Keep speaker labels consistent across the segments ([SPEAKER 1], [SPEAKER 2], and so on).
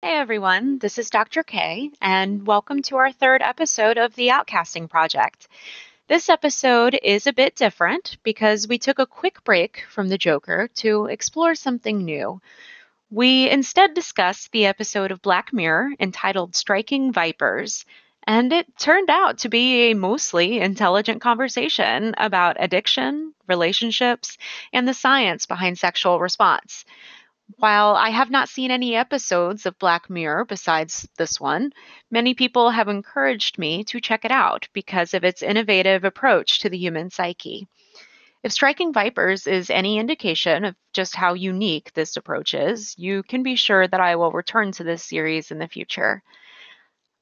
[SPEAKER 1] Hey everyone, this is Dr. K, and welcome to our third episode of the Outcasting Project. This episode is a bit different because we took a quick break from the Joker to explore something new. We instead discussed the episode of Black Mirror entitled Striking Vipers, and it turned out to be a mostly intelligent conversation about addiction, relationships, and the science behind sexual response. While I have not seen any episodes of Black Mirror besides this one, many people have encouraged me to check it out because of its innovative approach to the human psyche. If striking vipers is any indication of just how unique this approach is, you can be sure that I will return to this series in the future.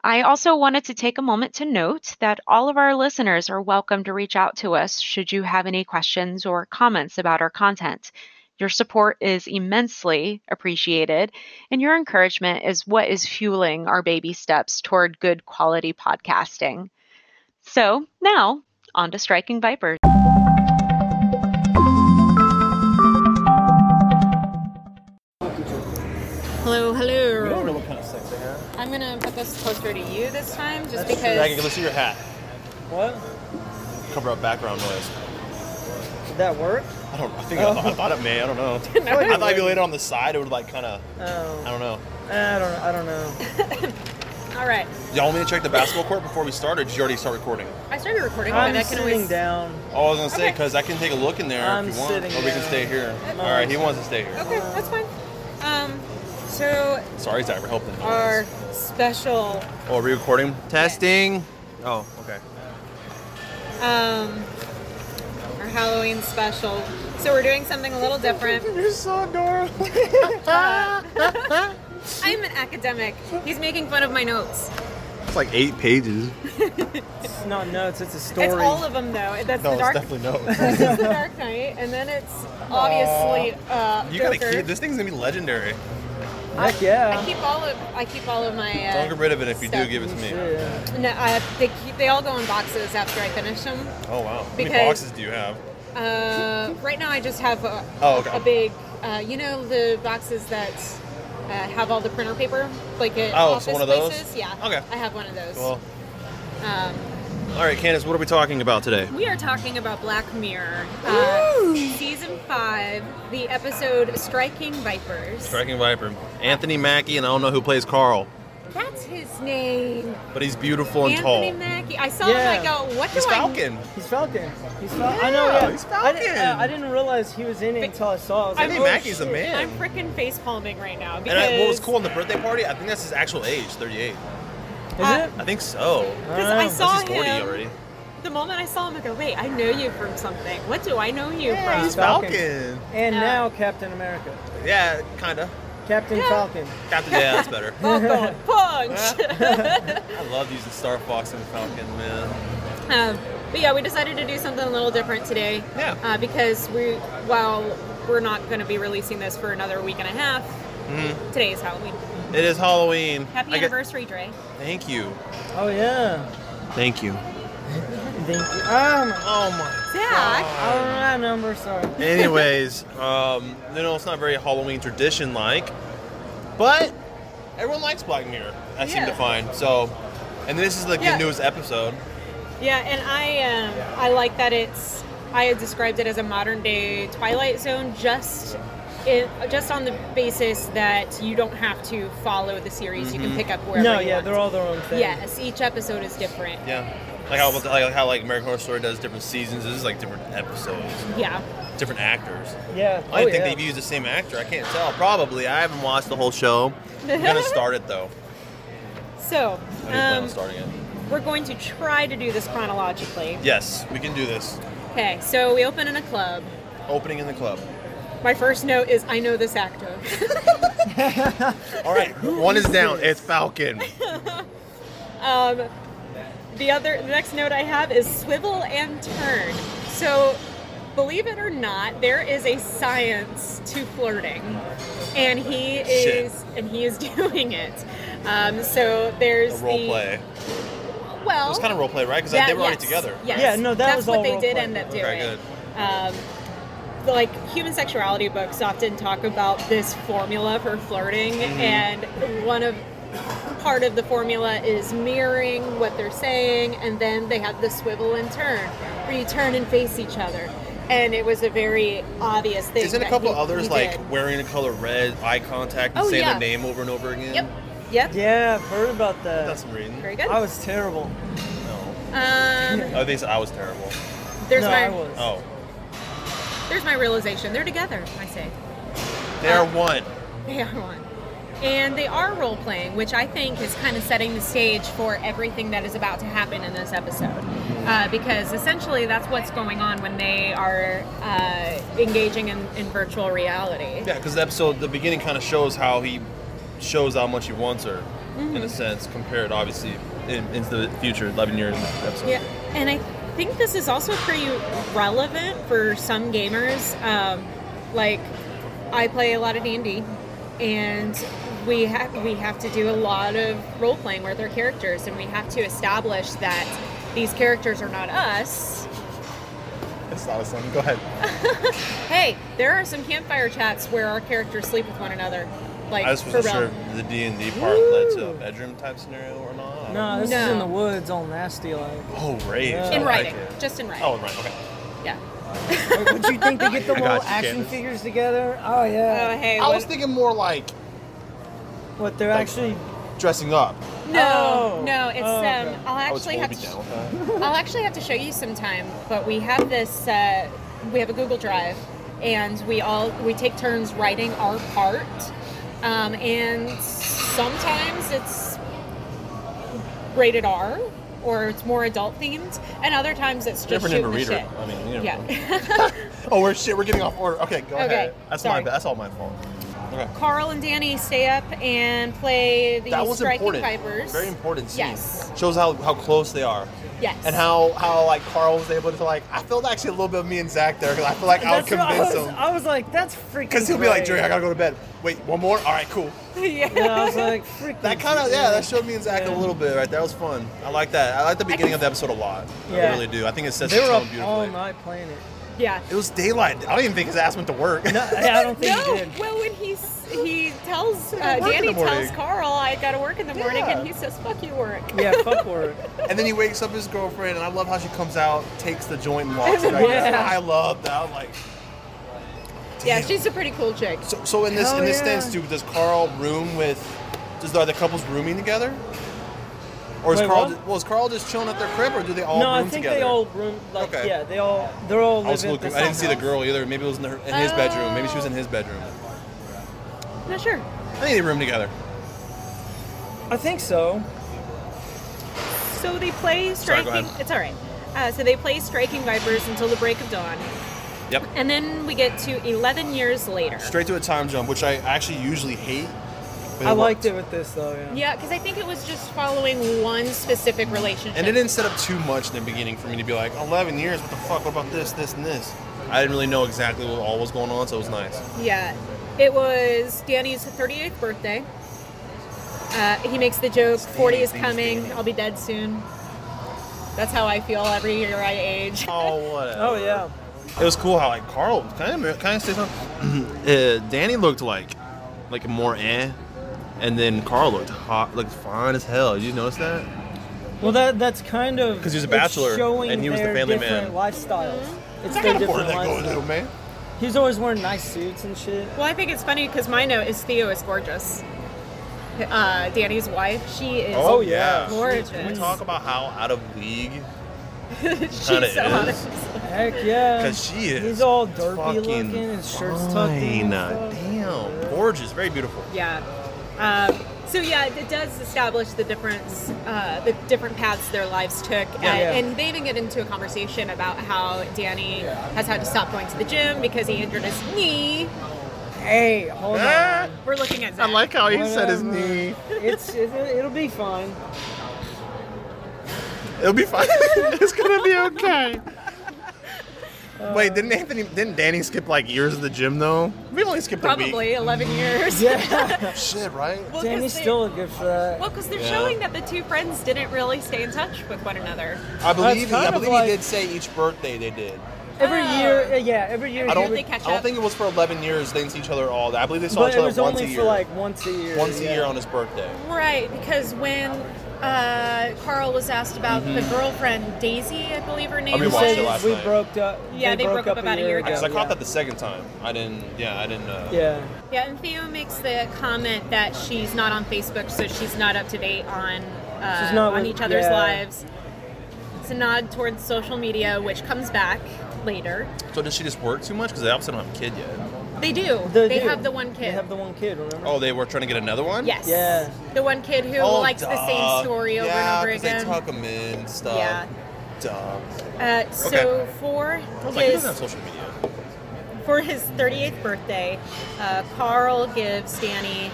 [SPEAKER 1] I also wanted to take a moment to note that all of our listeners are welcome to reach out to us should you have any questions or comments about our content. Your support is immensely appreciated, and your encouragement is what is fueling our baby steps toward good quality podcasting. So, now, on to Striking Vipers.
[SPEAKER 2] Hello,
[SPEAKER 3] You don't
[SPEAKER 2] hello.
[SPEAKER 3] really look kind of sexy, huh?
[SPEAKER 2] I'm gonna put this closer to you this time, just
[SPEAKER 3] I can
[SPEAKER 2] because.
[SPEAKER 3] let's see your hat.
[SPEAKER 4] What?
[SPEAKER 3] Cover up background noise.
[SPEAKER 4] Did that work?
[SPEAKER 3] I don't. I think I, thought, I thought it may. I don't know. I thought if you laid it on the side, it would like kind of.
[SPEAKER 4] Oh,
[SPEAKER 3] I don't know.
[SPEAKER 4] I don't. I don't know.
[SPEAKER 2] All right,
[SPEAKER 3] Y'all want me to check the basketball court before we start, or did you already start recording?
[SPEAKER 2] I started recording,
[SPEAKER 4] I'm
[SPEAKER 2] but I can
[SPEAKER 4] sitting
[SPEAKER 2] always.
[SPEAKER 4] down.
[SPEAKER 3] Oh, I was gonna say
[SPEAKER 2] Okay.
[SPEAKER 3] because I can take a look in there
[SPEAKER 4] I'm
[SPEAKER 3] if you want,
[SPEAKER 4] sitting
[SPEAKER 3] or we can
[SPEAKER 4] down.
[SPEAKER 3] stay here. All right, he wants to stay here.
[SPEAKER 2] Okay, that's fine. Um, so
[SPEAKER 3] Sorry, Zach, for helping.
[SPEAKER 2] our special
[SPEAKER 3] Oh, are we recording? Testing. Oh, okay.
[SPEAKER 2] um, our Halloween special. So we're doing something a little different.
[SPEAKER 3] You're so adorable.
[SPEAKER 2] I'm an academic. He's making fun of my notes.
[SPEAKER 3] It's like eight pages.
[SPEAKER 4] It's not notes. It's a story.
[SPEAKER 2] It's all of them though. That's
[SPEAKER 3] No, it's
[SPEAKER 2] the dark.
[SPEAKER 3] definitely no.
[SPEAKER 2] this is the Dark Knight, and then it's obviously uh,
[SPEAKER 3] You gotta
[SPEAKER 2] Joker.
[SPEAKER 3] keep this thing's gonna be legendary.
[SPEAKER 4] Heck yeah.
[SPEAKER 2] I keep all of I keep all of my. Uh,
[SPEAKER 3] Don't get rid of it if you do.
[SPEAKER 2] stuff.
[SPEAKER 3] Give it to me.
[SPEAKER 4] Shit.
[SPEAKER 2] No, I, they keep, they all go in boxes after I finish them.
[SPEAKER 3] Oh wow. How many
[SPEAKER 2] Because-
[SPEAKER 3] boxes do you have?
[SPEAKER 2] Uh, right now, I just have a,
[SPEAKER 3] Oh, okay.
[SPEAKER 2] a big, uh, you know, the boxes that uh, have all the printer paper, like at
[SPEAKER 3] Oh,
[SPEAKER 2] office
[SPEAKER 3] so one of those?
[SPEAKER 2] places. Yeah.
[SPEAKER 3] Okay.
[SPEAKER 2] I have one of those.
[SPEAKER 3] Well,
[SPEAKER 2] Um,
[SPEAKER 3] all right, Candace. What are we talking about today?
[SPEAKER 2] we are talking about Black Mirror, uh, season five, the episode "Striking Vipers."
[SPEAKER 3] Striking Viper. Anthony Mackie, and I don't know who plays Carl,
[SPEAKER 2] That's his name.
[SPEAKER 3] but he's beautiful and
[SPEAKER 2] Anthony
[SPEAKER 3] tall.
[SPEAKER 2] Mackie. I saw him. I
[SPEAKER 4] Yeah.
[SPEAKER 2] go, what
[SPEAKER 3] he's
[SPEAKER 2] do
[SPEAKER 3] Falcon.
[SPEAKER 4] He's Falcon. He's Falcon. I know.
[SPEAKER 3] Yeah,
[SPEAKER 4] Yeah.
[SPEAKER 3] he's
[SPEAKER 4] I didn't,
[SPEAKER 3] Falcon.
[SPEAKER 4] uh, I didn't realize he was in it until I saw. it. I was
[SPEAKER 2] I
[SPEAKER 4] like,
[SPEAKER 3] Anthony
[SPEAKER 2] Oh,
[SPEAKER 3] Mackie's a
[SPEAKER 4] shit.
[SPEAKER 2] I?
[SPEAKER 3] man.
[SPEAKER 2] I'm freaking face palming right now because
[SPEAKER 3] And I, what was cool on the birthday party? I think that's his actual age, 38.
[SPEAKER 2] uh,
[SPEAKER 4] Is
[SPEAKER 3] I think so.
[SPEAKER 2] Because
[SPEAKER 4] Oh.
[SPEAKER 2] I
[SPEAKER 4] This
[SPEAKER 2] saw
[SPEAKER 3] Unless he's 40
[SPEAKER 2] him.
[SPEAKER 3] already.
[SPEAKER 2] The moment I saw him, I go, wait, I know you from something. What do I know you
[SPEAKER 3] Yeah, he's
[SPEAKER 2] from?
[SPEAKER 4] Falcon.
[SPEAKER 3] Falcon.
[SPEAKER 4] it? And
[SPEAKER 2] Yeah.
[SPEAKER 4] now Captain America.
[SPEAKER 3] Yeah, kinda.
[SPEAKER 4] Captain
[SPEAKER 2] Yeah.
[SPEAKER 4] Falcon.
[SPEAKER 3] Captain. Yeah, that's better.
[SPEAKER 2] Falcon Punch.
[SPEAKER 3] I love using Star Fox and Falcon, man.
[SPEAKER 2] um, but yeah, we decided to do something a little different today.
[SPEAKER 3] Yeah.
[SPEAKER 2] Uh, because we, while we're not going to be releasing this for another week and a half,
[SPEAKER 3] Mhm.
[SPEAKER 2] today is Halloween.
[SPEAKER 3] It is Halloween.
[SPEAKER 2] Happy
[SPEAKER 3] I get-
[SPEAKER 2] anniversary, Dre.
[SPEAKER 3] Thank you.
[SPEAKER 4] Oh yeah.
[SPEAKER 3] Thank you.
[SPEAKER 4] Thank you. Um.
[SPEAKER 3] Oh my
[SPEAKER 2] Zach.
[SPEAKER 4] I don't know that number. Sorry.
[SPEAKER 3] Anyways, um, you know, it's not very Halloween tradition like, but everyone likes Black Mirror, I seem
[SPEAKER 2] Yeah.
[SPEAKER 3] to find. So, and this is like
[SPEAKER 2] Yeah.
[SPEAKER 3] the newest episode.
[SPEAKER 2] Yeah, and I, um, I like that it's. I had described it as a modern day Twilight Zone, just in, just on the basis that you don't have to follow the series. You
[SPEAKER 3] Mm-hmm.
[SPEAKER 2] can pick up wherever.
[SPEAKER 4] No.
[SPEAKER 2] you
[SPEAKER 4] Yeah.
[SPEAKER 2] want.
[SPEAKER 4] They're all their own thing.
[SPEAKER 2] Yes, each episode is different.
[SPEAKER 3] Yeah. Like how, like how like American Horror Story does different seasons. This is like different episodes,
[SPEAKER 2] Yeah.
[SPEAKER 3] different actors.
[SPEAKER 4] Yeah.
[SPEAKER 3] I
[SPEAKER 4] oh,
[SPEAKER 3] think
[SPEAKER 4] yeah.
[SPEAKER 3] they've used the same actor. I can't tell. Probably. I haven't watched the whole show. I'm gonna start it though. I
[SPEAKER 2] So,
[SPEAKER 3] do plan on
[SPEAKER 2] um,
[SPEAKER 3] starting it.
[SPEAKER 2] we're going to try to do this chronologically.
[SPEAKER 3] Yes, we can do this.
[SPEAKER 2] Okay, so we open in a club.
[SPEAKER 3] Opening in the club.
[SPEAKER 2] My first note is I know this actor.
[SPEAKER 3] All right, one is down. It's Falcon.
[SPEAKER 2] um, the other, the next note I have is swivel and turn. So, believe it or not, there is a science to flirting, and he
[SPEAKER 3] Shit.
[SPEAKER 2] is, and he is doing it. Um, so there's
[SPEAKER 3] A role
[SPEAKER 2] the
[SPEAKER 3] play.
[SPEAKER 2] Well,
[SPEAKER 3] It was kind of role play, right? Because
[SPEAKER 2] that-
[SPEAKER 3] they were already
[SPEAKER 2] Oh. yes,
[SPEAKER 3] together.
[SPEAKER 2] Yes.
[SPEAKER 4] Yeah, no, that
[SPEAKER 2] That's
[SPEAKER 4] was
[SPEAKER 2] what
[SPEAKER 4] all
[SPEAKER 2] they
[SPEAKER 4] role
[SPEAKER 2] did
[SPEAKER 4] play.
[SPEAKER 2] end up doing.
[SPEAKER 3] Okay, good.
[SPEAKER 2] Um, the, like human sexuality books often talk about this formula for flirting,
[SPEAKER 3] Mm-hmm.
[SPEAKER 2] and one of part of the formula is mirroring what they're saying, and then they have the swivel and turn, where you turn and face each other. And it was a very obvious thing.
[SPEAKER 3] Isn't a
[SPEAKER 2] that
[SPEAKER 3] couple
[SPEAKER 2] he- he
[SPEAKER 3] others
[SPEAKER 2] did.
[SPEAKER 3] like wearing the color red, eye contact, and
[SPEAKER 2] Oh,
[SPEAKER 3] saying
[SPEAKER 2] yeah.
[SPEAKER 3] the name over and over again?
[SPEAKER 2] Yep. Yep.
[SPEAKER 4] Yeah, I've heard about that.
[SPEAKER 3] That's some reading.
[SPEAKER 2] Very good.
[SPEAKER 4] I was terrible.
[SPEAKER 3] No.
[SPEAKER 2] Um,
[SPEAKER 3] I think I was terrible.
[SPEAKER 2] there's
[SPEAKER 4] no,
[SPEAKER 2] my
[SPEAKER 4] I was.
[SPEAKER 3] Oh,
[SPEAKER 2] there's my realization. They're together. I say.
[SPEAKER 3] they
[SPEAKER 2] Uh,
[SPEAKER 3] are one.
[SPEAKER 2] They are one. And they are role playing, which I think is kind of setting the stage for everything that is about to happen in this episode. Uh, because essentially, that's what's going on when they are uh, engaging in, in virtual reality.
[SPEAKER 3] Yeah, because the episode, the beginning kind of shows how he shows how much he wants her, in
[SPEAKER 2] Mm-hmm.
[SPEAKER 3] a sense, compared obviously in, into the future, 11 years in the episode.
[SPEAKER 2] Yeah, and I think this is also pretty relevant for some gamers. Um, like, I play a lot of D and D, and we have we have to do a lot of role playing with our characters, and we have to establish that these characters are not us.
[SPEAKER 3] It's not a song. Go ahead.
[SPEAKER 2] Hey, there are some campfire chats where our characters sleep with one another. Like,
[SPEAKER 3] I just
[SPEAKER 2] for real.
[SPEAKER 3] wasn't sure if the D&D part led to a bedroom type scenario or not.
[SPEAKER 4] No, this is
[SPEAKER 2] No.
[SPEAKER 4] in the woods, all nasty like.
[SPEAKER 3] Oh, rage.
[SPEAKER 4] In
[SPEAKER 3] I
[SPEAKER 2] In
[SPEAKER 3] like
[SPEAKER 2] writing,
[SPEAKER 3] it.
[SPEAKER 2] just in writing.
[SPEAKER 3] Oh, in writing, okay.
[SPEAKER 2] yeah.
[SPEAKER 4] Like, Would you think they get the
[SPEAKER 3] I
[SPEAKER 4] little
[SPEAKER 3] got you,
[SPEAKER 4] action
[SPEAKER 3] Candace.
[SPEAKER 4] figures together? Oh
[SPEAKER 2] Oh,
[SPEAKER 4] yeah.
[SPEAKER 2] hey.
[SPEAKER 3] I
[SPEAKER 2] what-
[SPEAKER 3] was thinking more like
[SPEAKER 4] What they're
[SPEAKER 3] Like-
[SPEAKER 4] actually?
[SPEAKER 3] dressing up.
[SPEAKER 2] no,
[SPEAKER 4] Oh.
[SPEAKER 2] no. It's
[SPEAKER 4] Oh, okay.
[SPEAKER 2] um. I'll
[SPEAKER 3] I was
[SPEAKER 2] actually have
[SPEAKER 3] totally
[SPEAKER 2] to.
[SPEAKER 3] down with that.
[SPEAKER 2] I'll actually have to show you sometime, but we have this. Uh, we have a Google Drive, and we all we take turns writing our part, um, and sometimes it's rated R or it's more adult themed, and other times it's just
[SPEAKER 3] Different
[SPEAKER 2] shooting
[SPEAKER 3] than a
[SPEAKER 2] the
[SPEAKER 3] reader.
[SPEAKER 2] shit.
[SPEAKER 3] I mean, you know.
[SPEAKER 2] Yeah.
[SPEAKER 3] Oh, we're shit. We're getting off order. Okay, go
[SPEAKER 2] Okay,
[SPEAKER 3] ahead. That's
[SPEAKER 2] sorry.
[SPEAKER 3] my. bad. That's all my fault. Okay.
[SPEAKER 2] Carl and Danny stay up and play the
[SPEAKER 3] That was
[SPEAKER 2] striking
[SPEAKER 3] important.
[SPEAKER 2] vipers.
[SPEAKER 3] Very important scene.
[SPEAKER 2] Yes.
[SPEAKER 3] Shows how, how close they are.
[SPEAKER 2] Yes.
[SPEAKER 3] And how how like Carl was able to like I felt actually a little bit of me and Zach there because I feel like I would
[SPEAKER 4] That's what I
[SPEAKER 3] convince
[SPEAKER 4] was-
[SPEAKER 3] him
[SPEAKER 4] I was like, that's freaking.
[SPEAKER 3] because he'll be like Jerry
[SPEAKER 4] great.
[SPEAKER 3] I gotta go to bed. Wait, one more. All right, cool.
[SPEAKER 4] Yeah, I
[SPEAKER 2] yeah.
[SPEAKER 4] was like, freaking.
[SPEAKER 3] That kind of yeah, that showed me and Zach
[SPEAKER 4] Yeah.
[SPEAKER 3] a little bit right. That was fun. I like that. I like the beginning of the episode a lot. I
[SPEAKER 4] Yeah.
[SPEAKER 3] really do. I think it sets
[SPEAKER 4] They
[SPEAKER 3] the
[SPEAKER 4] were
[SPEAKER 3] tone
[SPEAKER 4] up
[SPEAKER 3] beautifully.
[SPEAKER 4] all night playing it.
[SPEAKER 2] yeah.
[SPEAKER 3] It was daylight. I don't even think his ass went to work.
[SPEAKER 4] No, yeah, I don't think
[SPEAKER 2] no.
[SPEAKER 4] he did.
[SPEAKER 2] Well, when he s- he tells uh,
[SPEAKER 3] gotta work in
[SPEAKER 2] Danny
[SPEAKER 3] the morning.
[SPEAKER 2] tells Carl, I got to work in the morning,
[SPEAKER 3] Yeah.
[SPEAKER 2] and he says, "Fuck you, work."
[SPEAKER 4] Yeah, fuck work.
[SPEAKER 3] and then he wakes up his girlfriend, and I love how she comes out, takes the joint, and walks. Right
[SPEAKER 4] Yeah.
[SPEAKER 3] I love that. I'm like.
[SPEAKER 2] Yeah,
[SPEAKER 3] damn.
[SPEAKER 2] she's a pretty cool chick.
[SPEAKER 3] So, so in this
[SPEAKER 4] Hell
[SPEAKER 3] in this
[SPEAKER 4] yeah.
[SPEAKER 3] sense, dude, does Carl room with? Does are the couples rooming together? Or is
[SPEAKER 4] Wait,
[SPEAKER 3] Carl
[SPEAKER 4] what?
[SPEAKER 3] ju- well is Carl just chilling at their crib, or do they all
[SPEAKER 4] no, I
[SPEAKER 3] room
[SPEAKER 4] think
[SPEAKER 3] together?
[SPEAKER 4] they all room. Like,
[SPEAKER 3] Okay.
[SPEAKER 4] yeah, they all they're all
[SPEAKER 3] I was
[SPEAKER 4] living. at
[SPEAKER 3] looking.
[SPEAKER 4] the
[SPEAKER 3] I didn't see the
[SPEAKER 4] same
[SPEAKER 3] girl either. Maybe it was in, her, in his bedroom. Maybe she was in his bedroom.
[SPEAKER 2] Not sure.
[SPEAKER 3] I think they room together.
[SPEAKER 4] house. I think so.
[SPEAKER 2] So they play
[SPEAKER 3] Sorry, go
[SPEAKER 2] striking.
[SPEAKER 3] ahead.
[SPEAKER 2] it's all right. Uh, so they play striking vipers until the break of dawn,
[SPEAKER 3] Yep.
[SPEAKER 2] and then we get to 11 years later.
[SPEAKER 3] Straight to a time jump, which I actually usually hate. but
[SPEAKER 4] I
[SPEAKER 3] worked.
[SPEAKER 4] liked it with this though. Yeah.
[SPEAKER 2] Yeah, because I think it was just following one specific relationship.
[SPEAKER 3] And it didn't set up too much in the beginning for me to be like, 11 years, what the fuck, what about this, this, and this? I didn't really know exactly what all was going on, so it was nice.
[SPEAKER 2] Yeah, it was Danny's 38th birthday. Uh, he makes the joke, 40 is
[SPEAKER 3] Danny, Danny's
[SPEAKER 2] coming,
[SPEAKER 3] Danny.
[SPEAKER 2] I'll be dead soon. That's how I feel every year I age.
[SPEAKER 3] Oh, whatever.
[SPEAKER 4] Oh yeah.
[SPEAKER 3] It was cool how like Carl kind of kind of stays on. uh, Danny looked like like more eh, and then Carl looked hot, looked fine as hell. Did you notice that?
[SPEAKER 4] Well, that that's kind of
[SPEAKER 3] 'Cause he was a
[SPEAKER 4] it's
[SPEAKER 3] bachelor,
[SPEAKER 4] showing
[SPEAKER 3] and he was the
[SPEAKER 4] their
[SPEAKER 3] family man.
[SPEAKER 4] different lifestyles.
[SPEAKER 2] Mm-hmm.
[SPEAKER 4] It's
[SPEAKER 3] I
[SPEAKER 4] their
[SPEAKER 3] can afford
[SPEAKER 4] different
[SPEAKER 3] that going
[SPEAKER 4] lifestyles.
[SPEAKER 3] on, man.
[SPEAKER 4] He's always wearing nice suits and shit.
[SPEAKER 2] Well, I think it's funny because my note is Theo is gorgeous. Uh, Danny's wife, she is.
[SPEAKER 4] Oh, yeah.
[SPEAKER 2] gorgeous.
[SPEAKER 3] Can we talk about how out of league?
[SPEAKER 2] She's
[SPEAKER 3] kinda
[SPEAKER 2] so hot.
[SPEAKER 3] is?
[SPEAKER 4] Heck yeah.
[SPEAKER 3] Because she is.
[SPEAKER 4] He's all derpy
[SPEAKER 3] fucking
[SPEAKER 4] looking, his shirt's tucked in.
[SPEAKER 3] fine.
[SPEAKER 4] and stuff.
[SPEAKER 3] Damn, gorgeous, very beautiful.
[SPEAKER 2] Yeah. Um, so yeah, it does establish the difference, uh, the different paths their lives took, and,
[SPEAKER 4] Yeah.
[SPEAKER 2] and they even get into a conversation about how Danny has had to stop going to the gym because he injured his knee.
[SPEAKER 4] Hey, hold
[SPEAKER 3] Ah,
[SPEAKER 4] on.
[SPEAKER 2] We're looking at.
[SPEAKER 3] I
[SPEAKER 2] Zach.
[SPEAKER 3] like how he said his
[SPEAKER 4] Whatever.
[SPEAKER 3] knee.
[SPEAKER 4] It's it, it'll be fine.
[SPEAKER 3] It'll be fine. it's gonna be okay.
[SPEAKER 4] Uh,
[SPEAKER 3] Wait, didn't Anthony? Didn't Danny skip like years of the gym though? We only skipped a week. Oh,
[SPEAKER 2] Probably 11 years.
[SPEAKER 4] Yeah.
[SPEAKER 3] Shit, right?
[SPEAKER 2] Well, 'cause
[SPEAKER 4] Danny's
[SPEAKER 2] they-
[SPEAKER 4] still good for that.
[SPEAKER 2] Well, because they're
[SPEAKER 3] Yeah.
[SPEAKER 2] showing that the two friends didn't really stay in touch with one another.
[SPEAKER 3] I believe he,
[SPEAKER 4] kind
[SPEAKER 3] I
[SPEAKER 4] of
[SPEAKER 3] believe
[SPEAKER 4] like-
[SPEAKER 3] he did say each birthday they did.
[SPEAKER 4] Every
[SPEAKER 2] Oh.
[SPEAKER 4] year, uh, yeah, every year.
[SPEAKER 3] I
[SPEAKER 4] he
[SPEAKER 3] don't.
[SPEAKER 4] would-
[SPEAKER 2] they catch
[SPEAKER 3] I don't
[SPEAKER 2] up?
[SPEAKER 3] think it was for 11 years. They didn't see each other all that. I believe they saw
[SPEAKER 4] but
[SPEAKER 3] each
[SPEAKER 4] it
[SPEAKER 3] other
[SPEAKER 4] was
[SPEAKER 3] once
[SPEAKER 4] only
[SPEAKER 3] a year.
[SPEAKER 4] for like once a year.
[SPEAKER 3] once a
[SPEAKER 4] yeah.
[SPEAKER 3] year on his birthday.
[SPEAKER 2] Right, because when uh, Carl was asked about
[SPEAKER 4] Mm-hmm.
[SPEAKER 2] the girlfriend Daisy, I believe her name
[SPEAKER 4] He
[SPEAKER 3] We
[SPEAKER 2] was.
[SPEAKER 3] watched
[SPEAKER 4] said
[SPEAKER 3] it last
[SPEAKER 4] we
[SPEAKER 3] night.
[SPEAKER 4] broke up.
[SPEAKER 2] Yeah, they broke up about a year ago.
[SPEAKER 3] Because I
[SPEAKER 4] yeah.
[SPEAKER 3] caught that the second time. I didn't. Yeah, I didn't. Uh,
[SPEAKER 4] Yeah.
[SPEAKER 2] Yeah, and Theo makes the comment that she's not on Facebook, so she's not up to date on uh,
[SPEAKER 4] She's not
[SPEAKER 2] on
[SPEAKER 4] with-
[SPEAKER 2] each other's
[SPEAKER 4] yeah.
[SPEAKER 2] lives. It's a nod towards social media, which comes back later.
[SPEAKER 3] So did she just work too much? Because they obviously don't have a kid yet.
[SPEAKER 2] They do.
[SPEAKER 4] They
[SPEAKER 2] They,
[SPEAKER 4] do.
[SPEAKER 2] have the one
[SPEAKER 4] They
[SPEAKER 2] kid.
[SPEAKER 4] have the one kid, remember?
[SPEAKER 3] Oh, they were trying to get another one.
[SPEAKER 2] yes.
[SPEAKER 4] Yeah.
[SPEAKER 2] The one kid who likes the
[SPEAKER 3] Oh, duh.
[SPEAKER 2] same story over
[SPEAKER 3] yeah,
[SPEAKER 2] and over
[SPEAKER 3] 'cause
[SPEAKER 2] again.
[SPEAKER 3] they tuck them in and stuff.
[SPEAKER 2] Yeah.
[SPEAKER 3] Duh.
[SPEAKER 2] Uh, so for
[SPEAKER 3] I was like, he
[SPEAKER 2] his
[SPEAKER 3] doesn't have social media.
[SPEAKER 2] for his 38th birthday, uh, Carl gives Danny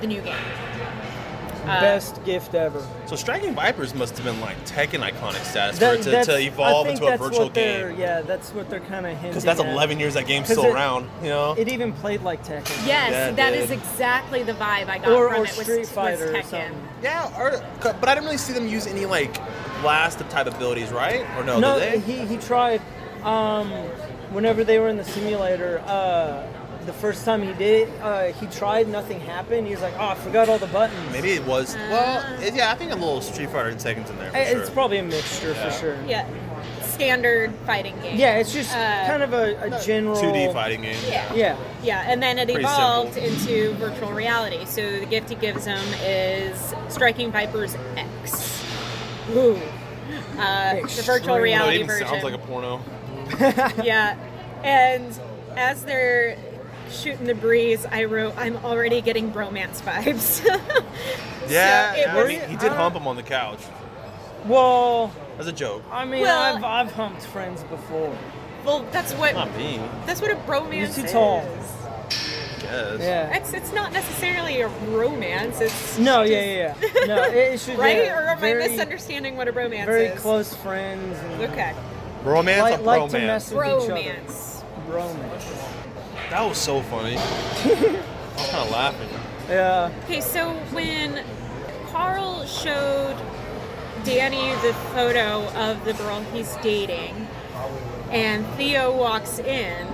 [SPEAKER 2] the new game. Uh,
[SPEAKER 4] Best gift ever.
[SPEAKER 3] So Striking Vipers must have been like Tekken iconic status for
[SPEAKER 4] That-
[SPEAKER 3] it to,
[SPEAKER 4] that's-
[SPEAKER 3] to evolve
[SPEAKER 4] I think
[SPEAKER 3] into a
[SPEAKER 4] that's
[SPEAKER 3] virtual
[SPEAKER 4] what they're-
[SPEAKER 3] game.
[SPEAKER 4] Yeah, that's what they're kind of hinting.
[SPEAKER 3] Because that's
[SPEAKER 4] at.
[SPEAKER 3] 11 years that game's
[SPEAKER 4] 'Cause
[SPEAKER 3] still
[SPEAKER 4] it-
[SPEAKER 3] around, you know?
[SPEAKER 4] It even played like Tekken.
[SPEAKER 2] Yes,
[SPEAKER 3] Yeah,
[SPEAKER 2] that
[SPEAKER 3] dude.
[SPEAKER 2] is exactly the vibe I got
[SPEAKER 4] Or,
[SPEAKER 2] from
[SPEAKER 4] or
[SPEAKER 2] it. Was,
[SPEAKER 4] Street
[SPEAKER 2] was
[SPEAKER 4] Fighter or
[SPEAKER 2] Tekken.
[SPEAKER 4] something.
[SPEAKER 3] yeah, or, but I didn't really see them use any like blast type abilities, right? Or no,
[SPEAKER 4] no,
[SPEAKER 3] Oh, did they?
[SPEAKER 4] he he tried. Um, whenever they were in the simulator, uh, the first time he did, it, uh, he tried. Nothing happened. He was like, "Oh, I forgot all the buttons."
[SPEAKER 3] Maybe it was. well, it, yeah, I think a little Street Fighter and Tekken's in there for
[SPEAKER 4] I-
[SPEAKER 3] sure.
[SPEAKER 4] it's probably a mixture
[SPEAKER 3] Yeah.
[SPEAKER 4] for sure.
[SPEAKER 2] Yeah, standard fighting game.
[SPEAKER 4] Yeah, it's just
[SPEAKER 2] Uh,
[SPEAKER 4] kind of a, a general
[SPEAKER 3] 2D fighting game.
[SPEAKER 2] Yeah.
[SPEAKER 4] Yeah,
[SPEAKER 2] Yeah, and then it
[SPEAKER 3] Pretty
[SPEAKER 2] evolved
[SPEAKER 3] simple.
[SPEAKER 2] into virtual reality. So the gift he gives him is Striking Vipers X,
[SPEAKER 4] ooh,
[SPEAKER 2] uh, the virtual
[SPEAKER 4] Extreme.
[SPEAKER 3] No, it
[SPEAKER 2] reality
[SPEAKER 3] even
[SPEAKER 2] version.
[SPEAKER 3] sounds like a porno.
[SPEAKER 2] yeah. And as they're shooting the breeze, I wrote, I'm already getting bromance vibes.
[SPEAKER 3] Yeah,
[SPEAKER 2] So it
[SPEAKER 3] I
[SPEAKER 2] was-
[SPEAKER 3] mean, he did hump him on the couch.
[SPEAKER 4] well,
[SPEAKER 3] As a joke.
[SPEAKER 4] I mean,
[SPEAKER 2] Well-
[SPEAKER 4] I've I've humped friends before.
[SPEAKER 2] well, that's what
[SPEAKER 3] Not me,
[SPEAKER 2] that's what a bromance
[SPEAKER 4] too tall.
[SPEAKER 2] is.
[SPEAKER 3] I guess.
[SPEAKER 4] Yeah.
[SPEAKER 2] It's, it's not necessarily a romance. It's
[SPEAKER 4] No,
[SPEAKER 2] just-
[SPEAKER 4] yeah, yeah, yeah. No, it, it should
[SPEAKER 2] Right?
[SPEAKER 4] yeah,
[SPEAKER 2] or am
[SPEAKER 4] very,
[SPEAKER 2] I misunderstanding what a romance
[SPEAKER 4] Very
[SPEAKER 2] is?
[SPEAKER 4] close friends. And
[SPEAKER 2] Okay.
[SPEAKER 3] Romance
[SPEAKER 4] Like,
[SPEAKER 3] or
[SPEAKER 4] like to
[SPEAKER 3] bromance?
[SPEAKER 4] mess with each other.
[SPEAKER 2] Romance.
[SPEAKER 4] Bromance.
[SPEAKER 3] That was so funny. I was kind of laughing.
[SPEAKER 4] Yeah.
[SPEAKER 2] Okay, so when Carl showed Danny the photo of the girl he's dating, and Theo walks in,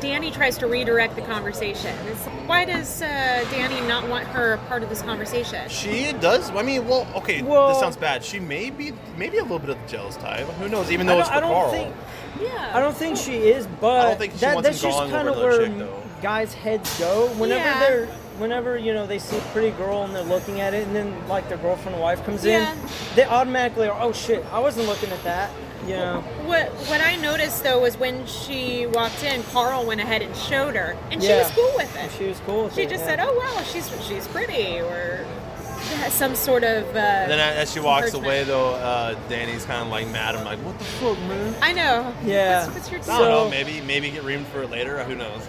[SPEAKER 2] Danny tries to redirect the conversation. It's like, why does uh, Danny not want her a part of this conversation?
[SPEAKER 3] She does. I mean, well, okay.
[SPEAKER 4] Well-
[SPEAKER 3] this sounds bad. She may be, maybe a little bit of the jealous type. Who knows? Even
[SPEAKER 4] I
[SPEAKER 3] though
[SPEAKER 4] don't,
[SPEAKER 3] it's for
[SPEAKER 4] I don't
[SPEAKER 3] Carl.
[SPEAKER 4] think
[SPEAKER 2] Yeah.
[SPEAKER 4] I don't think she is, but
[SPEAKER 3] I don't think she
[SPEAKER 4] that,
[SPEAKER 3] wants him
[SPEAKER 4] that's just
[SPEAKER 3] going
[SPEAKER 4] kind
[SPEAKER 3] over
[SPEAKER 4] of
[SPEAKER 3] another
[SPEAKER 4] where
[SPEAKER 3] chick, though.
[SPEAKER 4] guys' heads go. Whenever
[SPEAKER 2] Yeah.
[SPEAKER 4] they're, whenever you know they see a pretty girl and they're looking at it, and then like their girlfriend or wife comes
[SPEAKER 2] Yeah.
[SPEAKER 4] in, they automatically are, oh shit, I wasn't looking at that. You know,
[SPEAKER 2] What what I noticed though was when she walked in, Carl went ahead and showed her, and she
[SPEAKER 4] Yeah.
[SPEAKER 2] was cool with
[SPEAKER 4] And
[SPEAKER 2] it.
[SPEAKER 4] she was cool. With
[SPEAKER 2] She
[SPEAKER 4] it,
[SPEAKER 2] just
[SPEAKER 4] yeah.
[SPEAKER 2] said, "Oh wow, she's she's pretty," or had some sort of. Uh,
[SPEAKER 3] And then as she walks
[SPEAKER 2] encouragement.
[SPEAKER 3] away, though, uh, Danny's kind of like mad. I'm like, what the fuck, man?
[SPEAKER 2] I know.
[SPEAKER 4] Yeah.
[SPEAKER 2] What's, what's your
[SPEAKER 3] I don't
[SPEAKER 4] So-
[SPEAKER 3] know. Maybe, maybe get reamed for it later. Who knows?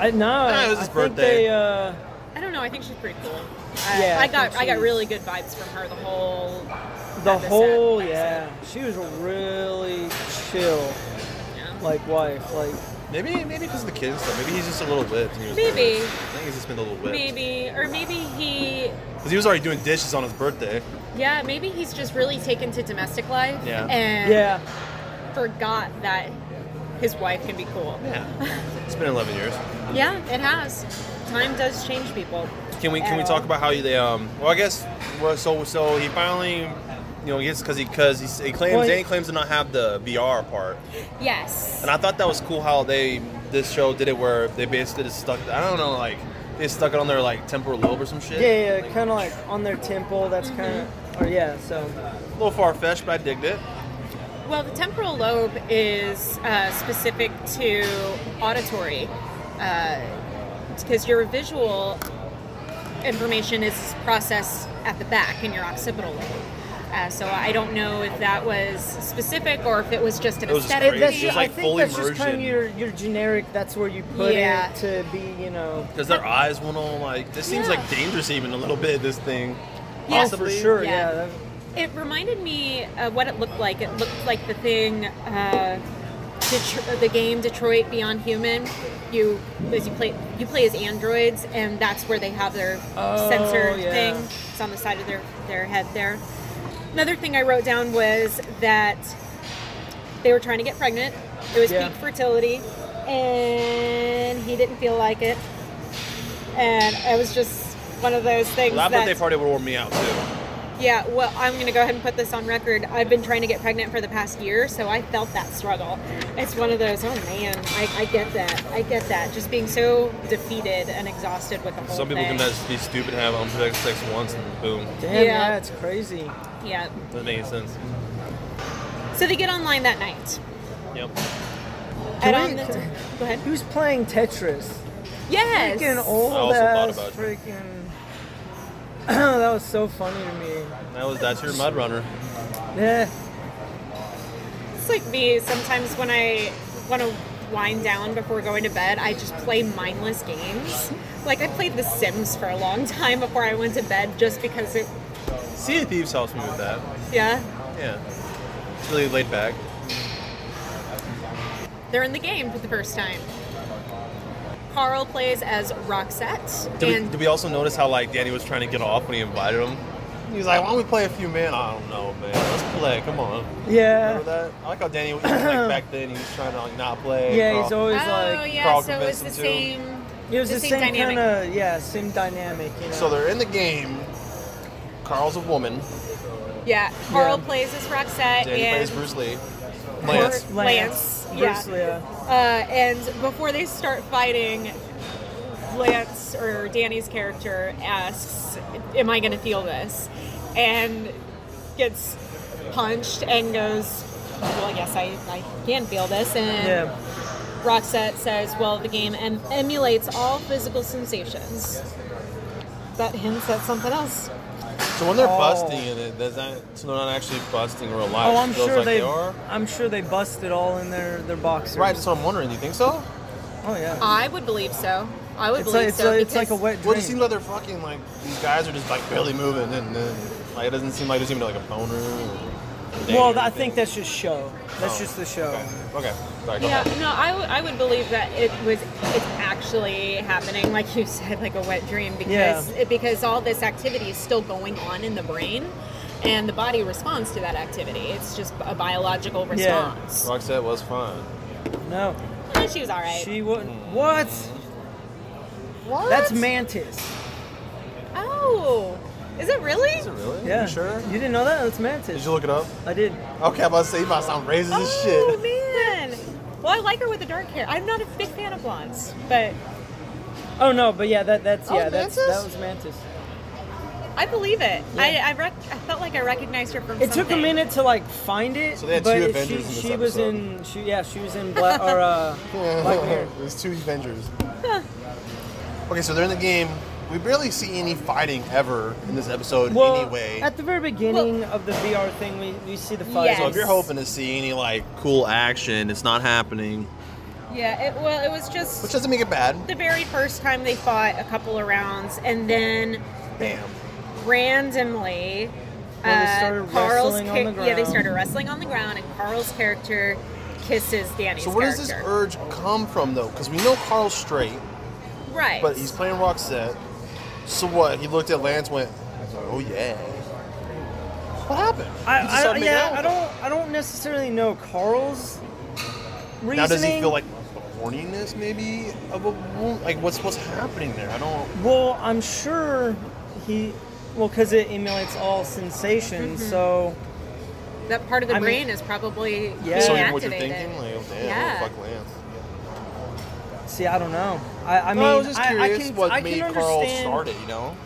[SPEAKER 4] I no,
[SPEAKER 3] it was
[SPEAKER 4] I
[SPEAKER 3] his
[SPEAKER 4] think
[SPEAKER 3] birthday.
[SPEAKER 4] They, uh,
[SPEAKER 2] I don't know. I think she's pretty cool. I,
[SPEAKER 4] Yeah, I
[SPEAKER 2] I got
[SPEAKER 4] think
[SPEAKER 2] I got
[SPEAKER 4] she's-
[SPEAKER 2] really good vibes from her the whole.
[SPEAKER 4] the
[SPEAKER 2] episode.
[SPEAKER 4] whole yeah, she was really chill,
[SPEAKER 2] Yeah.
[SPEAKER 4] like wife, like
[SPEAKER 3] Maybe, maybe because of the kids. Though. Maybe he's just a little whipped. and he was
[SPEAKER 2] Maybe.
[SPEAKER 3] nervous. I think he's just been a little whipped.
[SPEAKER 2] Maybe or maybe he.
[SPEAKER 3] Because he was already doing dishes on his birthday.
[SPEAKER 2] Yeah, maybe he's just really taken to domestic life
[SPEAKER 3] Yeah.
[SPEAKER 2] and
[SPEAKER 4] yeah.
[SPEAKER 2] forgot that his wife can be cool.
[SPEAKER 3] Yeah. it's been 11 years.
[SPEAKER 2] Yeah, it has. Time does change people.
[SPEAKER 3] Can we can we
[SPEAKER 2] At
[SPEAKER 3] talk
[SPEAKER 2] all.
[SPEAKER 3] about how they um? Well, I guess well, so so he finally, you know, he gets because he because he, he claims
[SPEAKER 4] Well, he-
[SPEAKER 3] Danny claims to not have the VR part,
[SPEAKER 2] Yes.
[SPEAKER 3] and I thought that was cool how they this show did it where they basically just stuck I don't know like they stuck it on their like temporal lobe or some shit.
[SPEAKER 4] Yeah, yeah, kind of like on their temple. That's kind
[SPEAKER 2] Mm-hmm.
[SPEAKER 4] of, or yeah. So
[SPEAKER 3] a little far fetched, but I digged it.
[SPEAKER 2] Well, the temporal lobe is uh, specific to auditory, uh, because your visual information is processed at the back in your occipital lobe. Uh, so I don't know if that was specific or if it was just an
[SPEAKER 3] It was just
[SPEAKER 2] aesthetic.
[SPEAKER 3] crazy.
[SPEAKER 4] that's
[SPEAKER 3] It's
[SPEAKER 2] issue.
[SPEAKER 3] just
[SPEAKER 4] I
[SPEAKER 3] like
[SPEAKER 4] think
[SPEAKER 3] full
[SPEAKER 4] that's just
[SPEAKER 3] immersion.
[SPEAKER 4] kind of your your generic. That's where you put
[SPEAKER 2] Yeah.
[SPEAKER 4] it to be, you know.
[SPEAKER 3] Because their eyes went on like this seems
[SPEAKER 2] Yeah.
[SPEAKER 3] like dangerous even a little bit this thing.
[SPEAKER 2] Yeah.
[SPEAKER 4] Oh, for sure.
[SPEAKER 2] Yeah.
[SPEAKER 4] Yeah. that-
[SPEAKER 2] It reminded me of what it looked like. It looked like the thing. Uh, Detro- the game Detroit Beyond Human, you as you play you play as androids, and that's where they have their
[SPEAKER 4] Oh,
[SPEAKER 2] sensor
[SPEAKER 4] yeah.
[SPEAKER 2] thing. It's on the side of their their head there. Another thing I wrote down was that they were trying to get pregnant. It was
[SPEAKER 4] Yeah.
[SPEAKER 2] peak fertility, and he didn't feel like it. And it was just one of those things
[SPEAKER 3] Well, that
[SPEAKER 2] that
[SPEAKER 3] birthday party would wore me out too.
[SPEAKER 2] yeah, well, I'm going to go ahead and put this on record. I've been trying to get pregnant for the past year, so I felt that struggle. It's one of those, oh man, I, I get that. I get that. Just being so defeated and exhausted with the whole
[SPEAKER 3] Some people
[SPEAKER 2] thing.
[SPEAKER 3] can just be stupid, have unprotected sex once, and boom,
[SPEAKER 4] Damn,
[SPEAKER 2] Yeah.
[SPEAKER 4] yeah. it's crazy.
[SPEAKER 2] Yeah.
[SPEAKER 3] that makes sense.
[SPEAKER 2] So they get online that night.
[SPEAKER 3] Yep.
[SPEAKER 2] And
[SPEAKER 4] Can
[SPEAKER 2] on
[SPEAKER 4] we-
[SPEAKER 2] the,
[SPEAKER 4] can-
[SPEAKER 2] go ahead.
[SPEAKER 4] Who's playing Tetris?
[SPEAKER 2] Yes.
[SPEAKER 4] Freaking
[SPEAKER 3] I
[SPEAKER 4] old
[SPEAKER 3] also thought
[SPEAKER 4] ass
[SPEAKER 3] about it.
[SPEAKER 4] freaking. that was so funny to me.
[SPEAKER 3] That was that's your mud runner.
[SPEAKER 4] Yeah.
[SPEAKER 2] It's like me sometimes when I want to wind down before going to bed, I just play mindless games. Like I played The Sims for a long time before I went to bed just because it,
[SPEAKER 3] Sea of Thieves helps me with that.
[SPEAKER 2] yeah.
[SPEAKER 3] Yeah. It's really laid back.
[SPEAKER 2] They're in the game for the first time. Carl plays as Roxette,
[SPEAKER 3] Did, we,
[SPEAKER 2] and
[SPEAKER 3] did we also notice how like Danny was trying to get off when he invited him? He was like, "Why don't we play a few man?" I don't know, man. Let's play. Come on. Remember
[SPEAKER 4] Yeah.
[SPEAKER 3] that? I like how Danny was like back then. He was trying to like not play.
[SPEAKER 4] Yeah, he's
[SPEAKER 3] Carl-
[SPEAKER 4] always
[SPEAKER 2] oh
[SPEAKER 4] like.
[SPEAKER 2] yeah,
[SPEAKER 3] Carl
[SPEAKER 2] so it was
[SPEAKER 3] convinced
[SPEAKER 2] the
[SPEAKER 3] him to.
[SPEAKER 2] same.
[SPEAKER 4] It was the,
[SPEAKER 2] same
[SPEAKER 4] same,
[SPEAKER 2] dynamic.
[SPEAKER 4] kind of yeah, same dynamic. You know?
[SPEAKER 3] So they're in the game. Carl's a woman.
[SPEAKER 2] Yeah, Carl
[SPEAKER 4] Yeah.
[SPEAKER 2] plays as Roxette,
[SPEAKER 3] Danny
[SPEAKER 2] and
[SPEAKER 3] plays Bruce Lee. Lance.
[SPEAKER 4] Lance,
[SPEAKER 2] Or- Lance,
[SPEAKER 4] Bruce
[SPEAKER 2] yeah.
[SPEAKER 4] Leah.
[SPEAKER 2] uh, and before they start fighting, Lance or Danny's character asks, "Am I going to feel this?" and gets punched and goes, "Well, yes, I, I can feel this." And
[SPEAKER 4] Yeah.
[SPEAKER 2] Roxette says, well, the game em- emulates all physical sensations. That hints at something else.
[SPEAKER 3] So when they're
[SPEAKER 4] Oh.
[SPEAKER 3] busting in it, does that so they're not actually busting in real life?
[SPEAKER 4] Oh, I'm
[SPEAKER 3] It feels
[SPEAKER 4] sure
[SPEAKER 3] like
[SPEAKER 4] they.
[SPEAKER 3] are.
[SPEAKER 4] I'm sure they busted all in their their boxers.
[SPEAKER 3] Right, that's what I'm wondering. Do you think so?
[SPEAKER 4] Oh yeah.
[SPEAKER 2] I would believe so. I would
[SPEAKER 4] it's
[SPEAKER 2] believe
[SPEAKER 4] like it's,
[SPEAKER 2] so.
[SPEAKER 4] like, it's like
[SPEAKER 2] because-
[SPEAKER 4] a wet
[SPEAKER 3] Well,
[SPEAKER 4] dream.
[SPEAKER 3] it seems like they're fucking like these guys are just like barely moving, and then like it doesn't seem like there's even like a boner. Or dating
[SPEAKER 4] well,
[SPEAKER 3] or
[SPEAKER 4] I
[SPEAKER 3] anything.
[SPEAKER 4] think that's just show. That's
[SPEAKER 3] Oh,
[SPEAKER 4] just the show.
[SPEAKER 3] Okay. okay. Sorry, go
[SPEAKER 2] Yeah,
[SPEAKER 3] ahead.
[SPEAKER 2] no, I, w- I would believe that it was it's actually happening, like you said, like a wet dream, because
[SPEAKER 4] Yeah.
[SPEAKER 2] it, because all this activity is still going on in the brain, and the body responds to that activity. It's just a biological
[SPEAKER 4] Yeah.
[SPEAKER 2] response.
[SPEAKER 3] Roxette was fun.
[SPEAKER 4] No,
[SPEAKER 2] Eh, she was all right.
[SPEAKER 4] she would. What?
[SPEAKER 2] what?
[SPEAKER 4] That's mantis.
[SPEAKER 2] Oh, is it really?
[SPEAKER 3] Is it really?
[SPEAKER 4] Yeah.
[SPEAKER 3] You sure?
[SPEAKER 4] You didn't know that? That's mantis.
[SPEAKER 3] Did you look it up?
[SPEAKER 4] I did.
[SPEAKER 3] Okay, I'm about to say you might sound racist as
[SPEAKER 2] Oh
[SPEAKER 3] shit.
[SPEAKER 2] man! Well, I like her with the dark hair. I'm not a big fan of blondes, but
[SPEAKER 4] Oh no, but yeah, that that's
[SPEAKER 3] That was
[SPEAKER 4] yeah, that's
[SPEAKER 3] mantis?
[SPEAKER 4] that was mantis.
[SPEAKER 2] I believe it.
[SPEAKER 4] Yeah.
[SPEAKER 2] I I, rec- I felt like I recognized her from.
[SPEAKER 4] It took a
[SPEAKER 2] something.
[SPEAKER 4] minute to like find it,
[SPEAKER 3] So they had
[SPEAKER 4] but
[SPEAKER 3] two
[SPEAKER 4] it-
[SPEAKER 3] Avengers
[SPEAKER 4] she,
[SPEAKER 3] in this
[SPEAKER 4] she was
[SPEAKER 3] episode.
[SPEAKER 4] in she yeah she was in black or uh black mirror.
[SPEAKER 3] There's two Avengers. okay, so they're in the game. We barely see any fighting ever in this episode
[SPEAKER 4] Well,
[SPEAKER 3] anyway.
[SPEAKER 4] at the very beginning of the VR thing, we, we see the fight.
[SPEAKER 3] so if you're
[SPEAKER 2] Yes.
[SPEAKER 3] hoping to see any like cool action, it's not happening.
[SPEAKER 2] Yeah. It, well, it was just
[SPEAKER 3] Which doesn't make it bad.
[SPEAKER 2] the very first time they fought a couple of rounds, and then
[SPEAKER 3] Bam.
[SPEAKER 2] randomly,
[SPEAKER 4] Well, they
[SPEAKER 2] uh,
[SPEAKER 4] started
[SPEAKER 2] Carl's
[SPEAKER 4] wrestling on the
[SPEAKER 2] yeah they
[SPEAKER 4] ground.
[SPEAKER 2] started wrestling on the ground, and Carl's character kisses Danny's
[SPEAKER 3] So where does
[SPEAKER 2] character.
[SPEAKER 3] this urge come from though? Because we know Carl's straight,
[SPEAKER 2] right.
[SPEAKER 3] but he's playing Roxette. So what? He looked at Lance, went, "Oh yeah." What happened? He just
[SPEAKER 4] I, I
[SPEAKER 3] started making
[SPEAKER 4] yeah
[SPEAKER 3] out
[SPEAKER 4] I
[SPEAKER 3] with him.
[SPEAKER 4] don't I don't necessarily know Carl's reasoning.
[SPEAKER 3] Now does he feel like the horniness maybe of a woman? Like what's what's happening there? I don't.
[SPEAKER 4] Well, I'm sure he well because it emulates all sensations.
[SPEAKER 2] Mm-hmm.
[SPEAKER 4] So
[SPEAKER 2] that part of the
[SPEAKER 4] I mean-
[SPEAKER 2] brain is probably
[SPEAKER 4] Yeah.
[SPEAKER 2] being
[SPEAKER 3] So
[SPEAKER 4] you-
[SPEAKER 3] what you're
[SPEAKER 2] activated.
[SPEAKER 3] thinking? Like, oh, damn,
[SPEAKER 2] Yeah.
[SPEAKER 3] fuck Lance.
[SPEAKER 4] see, I don't know. I, I mean,
[SPEAKER 3] Well, I was just
[SPEAKER 4] I- I
[SPEAKER 3] curious
[SPEAKER 4] can-
[SPEAKER 3] what
[SPEAKER 4] I can
[SPEAKER 3] made Carl
[SPEAKER 4] understand
[SPEAKER 3] start it. You know.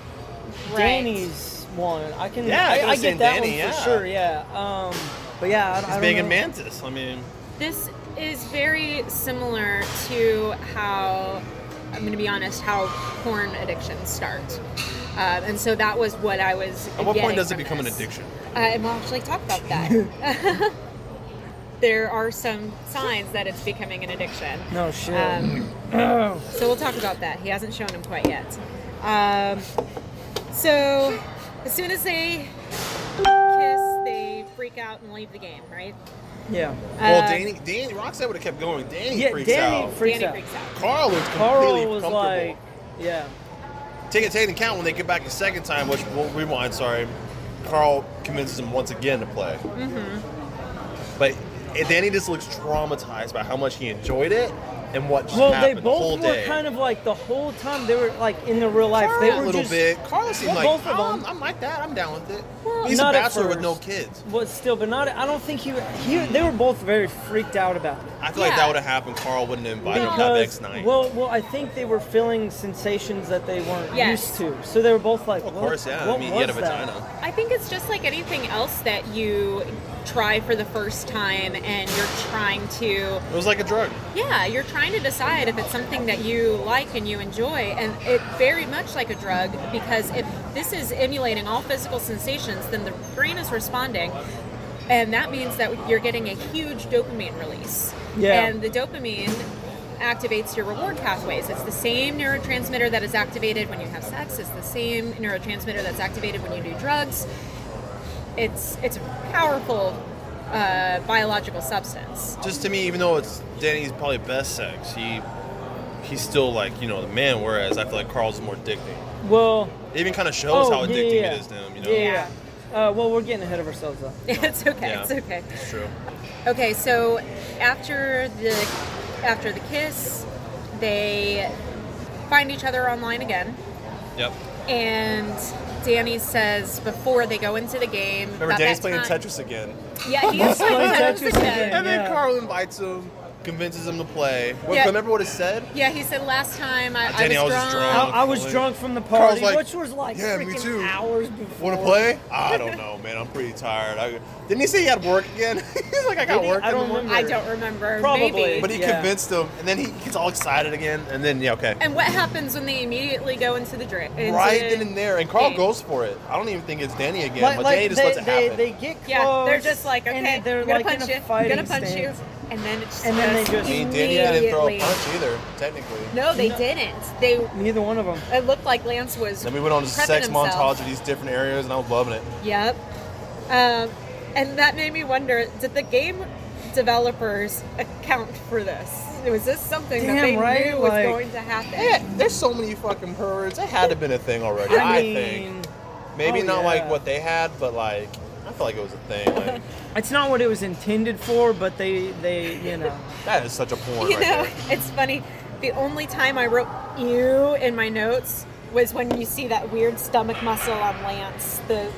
[SPEAKER 2] Right.
[SPEAKER 4] Danny's one. I can.
[SPEAKER 3] Yeah, I can
[SPEAKER 4] I, I, get
[SPEAKER 3] understand
[SPEAKER 4] that
[SPEAKER 3] Danny,
[SPEAKER 4] one
[SPEAKER 3] yeah.
[SPEAKER 4] for sure. Yeah. Um, but yeah, I, I
[SPEAKER 3] He's
[SPEAKER 4] don't
[SPEAKER 3] big
[SPEAKER 4] know.
[SPEAKER 3] and mantis. I mean,
[SPEAKER 2] This is very similar to how, I'm going to be honest, how porn addictions start. Um, and so that was what I was.
[SPEAKER 3] at what
[SPEAKER 2] getting
[SPEAKER 3] point does it
[SPEAKER 2] from
[SPEAKER 3] become
[SPEAKER 2] this.
[SPEAKER 3] an addiction?
[SPEAKER 2] Uh, and we'll actually talk about that. there are some signs that it's becoming an addiction.
[SPEAKER 4] No shit.
[SPEAKER 2] Um, so we'll talk about that. He hasn't shown him quite yet. Um, so as soon as they kiss, they freak freak out and leave the game, right?
[SPEAKER 4] Yeah.
[SPEAKER 3] well,
[SPEAKER 2] Uh,
[SPEAKER 3] Danny, Danny Roxanne would have kept going. Danny
[SPEAKER 4] Yeah,
[SPEAKER 3] freaks
[SPEAKER 4] Danny
[SPEAKER 3] out.
[SPEAKER 4] freaks
[SPEAKER 2] Danny
[SPEAKER 4] out.
[SPEAKER 2] freaks out.
[SPEAKER 3] Carl was completely
[SPEAKER 4] Carl was
[SPEAKER 3] comfortable.
[SPEAKER 4] like, yeah.
[SPEAKER 3] Take it take into account when they get back a second time, which we'll rewind. Sorry, Carl convinces him once again to play.
[SPEAKER 4] Mm-hmm.
[SPEAKER 3] But Danny just looks traumatized by how much he enjoyed it and what just
[SPEAKER 4] Well,
[SPEAKER 3] happened
[SPEAKER 4] they
[SPEAKER 3] the whole
[SPEAKER 4] both were
[SPEAKER 3] day.
[SPEAKER 4] kind of like the whole time they were like in the real life.
[SPEAKER 3] Carl
[SPEAKER 4] they were
[SPEAKER 3] a little
[SPEAKER 4] just,
[SPEAKER 3] bit. Carl seemed
[SPEAKER 4] Well,
[SPEAKER 3] like
[SPEAKER 4] both of
[SPEAKER 3] "Oh, I'm,
[SPEAKER 4] them.
[SPEAKER 3] I'm like that. I'm down with it.
[SPEAKER 2] Well,
[SPEAKER 3] He's a
[SPEAKER 4] Not at
[SPEAKER 3] bachelor with no
[SPEAKER 4] first.
[SPEAKER 3] kids.
[SPEAKER 4] But still, but not. I don't think he. he they were both very freaked out about it.
[SPEAKER 3] I feel like
[SPEAKER 2] Yeah.
[SPEAKER 3] that would have happened. Carl wouldn't have invited him that
[SPEAKER 4] because
[SPEAKER 3] next night.
[SPEAKER 4] well, well, I think they were feeling sensations that they weren't used
[SPEAKER 2] Yes.
[SPEAKER 4] to. So they were both like,
[SPEAKER 3] of
[SPEAKER 4] what,
[SPEAKER 3] course, yeah.
[SPEAKER 4] What
[SPEAKER 3] I mean,
[SPEAKER 4] was
[SPEAKER 3] he had a
[SPEAKER 4] that?
[SPEAKER 3] vagina.
[SPEAKER 2] I think it's just like anything else that you try for the first time and you're trying to
[SPEAKER 3] It was like a drug.
[SPEAKER 2] yeah you're trying to decide if it's something that you like and you enjoy and it very much like a drug because if this is emulating all physical sensations then the brain is responding and that means that you're getting a huge dopamine release
[SPEAKER 4] Yeah.
[SPEAKER 2] and the dopamine activates your reward pathways it's the same neurotransmitter that is activated when you have sex it's the same neurotransmitter that's activated when you do drugs it's it's a powerful uh, biological substance
[SPEAKER 3] Just to me, even though it's Danny's probably best sex, he he's still like you know the man. Whereas I feel like Carl's more addicting.
[SPEAKER 4] Well,
[SPEAKER 3] It even kind of shows
[SPEAKER 4] oh,
[SPEAKER 3] how
[SPEAKER 4] yeah,
[SPEAKER 3] addicting
[SPEAKER 4] yeah,
[SPEAKER 3] it is to him. You know,
[SPEAKER 4] Yeah. yeah. Uh, well, we're getting ahead of ourselves though.
[SPEAKER 2] it's okay
[SPEAKER 3] Yeah.
[SPEAKER 2] it's okay
[SPEAKER 3] it's true.
[SPEAKER 2] Okay, so after the after the kiss, they find each other online again,
[SPEAKER 3] Yep.
[SPEAKER 2] and Danny says before they go into the game.
[SPEAKER 3] Remember,
[SPEAKER 2] about
[SPEAKER 3] Danny's
[SPEAKER 2] that
[SPEAKER 3] playing
[SPEAKER 2] time-
[SPEAKER 3] Tetris again,
[SPEAKER 2] Yeah, he's playing Tetris again.
[SPEAKER 3] and then
[SPEAKER 4] Yeah.
[SPEAKER 3] Carl invites him, convinces him to play. What,
[SPEAKER 2] Yeah.
[SPEAKER 3] Remember what it said?
[SPEAKER 2] Yeah, he said last time I,
[SPEAKER 3] Danny,
[SPEAKER 2] I, was, drunk.
[SPEAKER 4] I, I was
[SPEAKER 3] Carly.
[SPEAKER 4] drunk from the
[SPEAKER 3] Carl's
[SPEAKER 4] party,
[SPEAKER 3] like,
[SPEAKER 4] which was like
[SPEAKER 3] "Yeah, me
[SPEAKER 4] freaking
[SPEAKER 3] too."
[SPEAKER 4] hours before.
[SPEAKER 3] Want to play? I don't know, man. I'm pretty tired. I, didn't he say he had work again? He's like, I got
[SPEAKER 4] Did he?
[SPEAKER 3] work.
[SPEAKER 4] I
[SPEAKER 3] in the
[SPEAKER 4] don't
[SPEAKER 3] morning."
[SPEAKER 2] I don't remember.
[SPEAKER 4] Probably.
[SPEAKER 2] Maybe.
[SPEAKER 3] But he
[SPEAKER 4] Yeah.
[SPEAKER 3] convinced him, and then he gets all excited again, and then yeah, okay.
[SPEAKER 2] and what happens when they immediately go into the drink?
[SPEAKER 3] right then and there, and Carl
[SPEAKER 2] game.
[SPEAKER 3] goes for it. I don't even think it's Danny again,
[SPEAKER 4] Like,
[SPEAKER 3] but
[SPEAKER 4] like
[SPEAKER 3] Danny just
[SPEAKER 4] they,
[SPEAKER 3] lets it
[SPEAKER 4] they,
[SPEAKER 3] happen.
[SPEAKER 4] they get close.
[SPEAKER 2] Yeah, they're just like okay,
[SPEAKER 4] and then they're
[SPEAKER 2] I'm gonna
[SPEAKER 4] like
[SPEAKER 2] punch
[SPEAKER 4] in a
[SPEAKER 2] you. I'm
[SPEAKER 4] fighting
[SPEAKER 2] gonna punch
[SPEAKER 4] stance.
[SPEAKER 2] you, and then it's
[SPEAKER 4] And then they just-
[SPEAKER 3] I mean, Danny didn't throw a
[SPEAKER 2] immediately-
[SPEAKER 3] punch either, technically.
[SPEAKER 2] No, they
[SPEAKER 4] No.
[SPEAKER 2] didn't. They
[SPEAKER 4] Neither one of them.
[SPEAKER 2] It looked like Lance was.
[SPEAKER 3] Then we went on a
[SPEAKER 2] prepping
[SPEAKER 3] sex
[SPEAKER 2] himself.
[SPEAKER 3] montage of these different areas, and I was loving it.
[SPEAKER 2] Yep. Um, and that made me wonder: Did the game developers account for this? Was this something that
[SPEAKER 4] Damn
[SPEAKER 2] they
[SPEAKER 4] right,
[SPEAKER 2] knew was
[SPEAKER 4] like-
[SPEAKER 2] going to happen?
[SPEAKER 3] Yeah, there's so many fucking perverts. That had to have been a thing already. I,
[SPEAKER 4] I
[SPEAKER 3] think
[SPEAKER 4] mean,
[SPEAKER 3] maybe
[SPEAKER 4] oh,
[SPEAKER 3] not like
[SPEAKER 4] yeah.
[SPEAKER 3] what they had, but like I feel like it was a thing. Like
[SPEAKER 4] it's not what it was intended for, but they they you know.
[SPEAKER 3] that is such a porn
[SPEAKER 2] You
[SPEAKER 3] right
[SPEAKER 2] know,
[SPEAKER 3] there.
[SPEAKER 2] it's funny. The only time I wrote "ew" in my notes was when you see that weird stomach muscle on Lance. The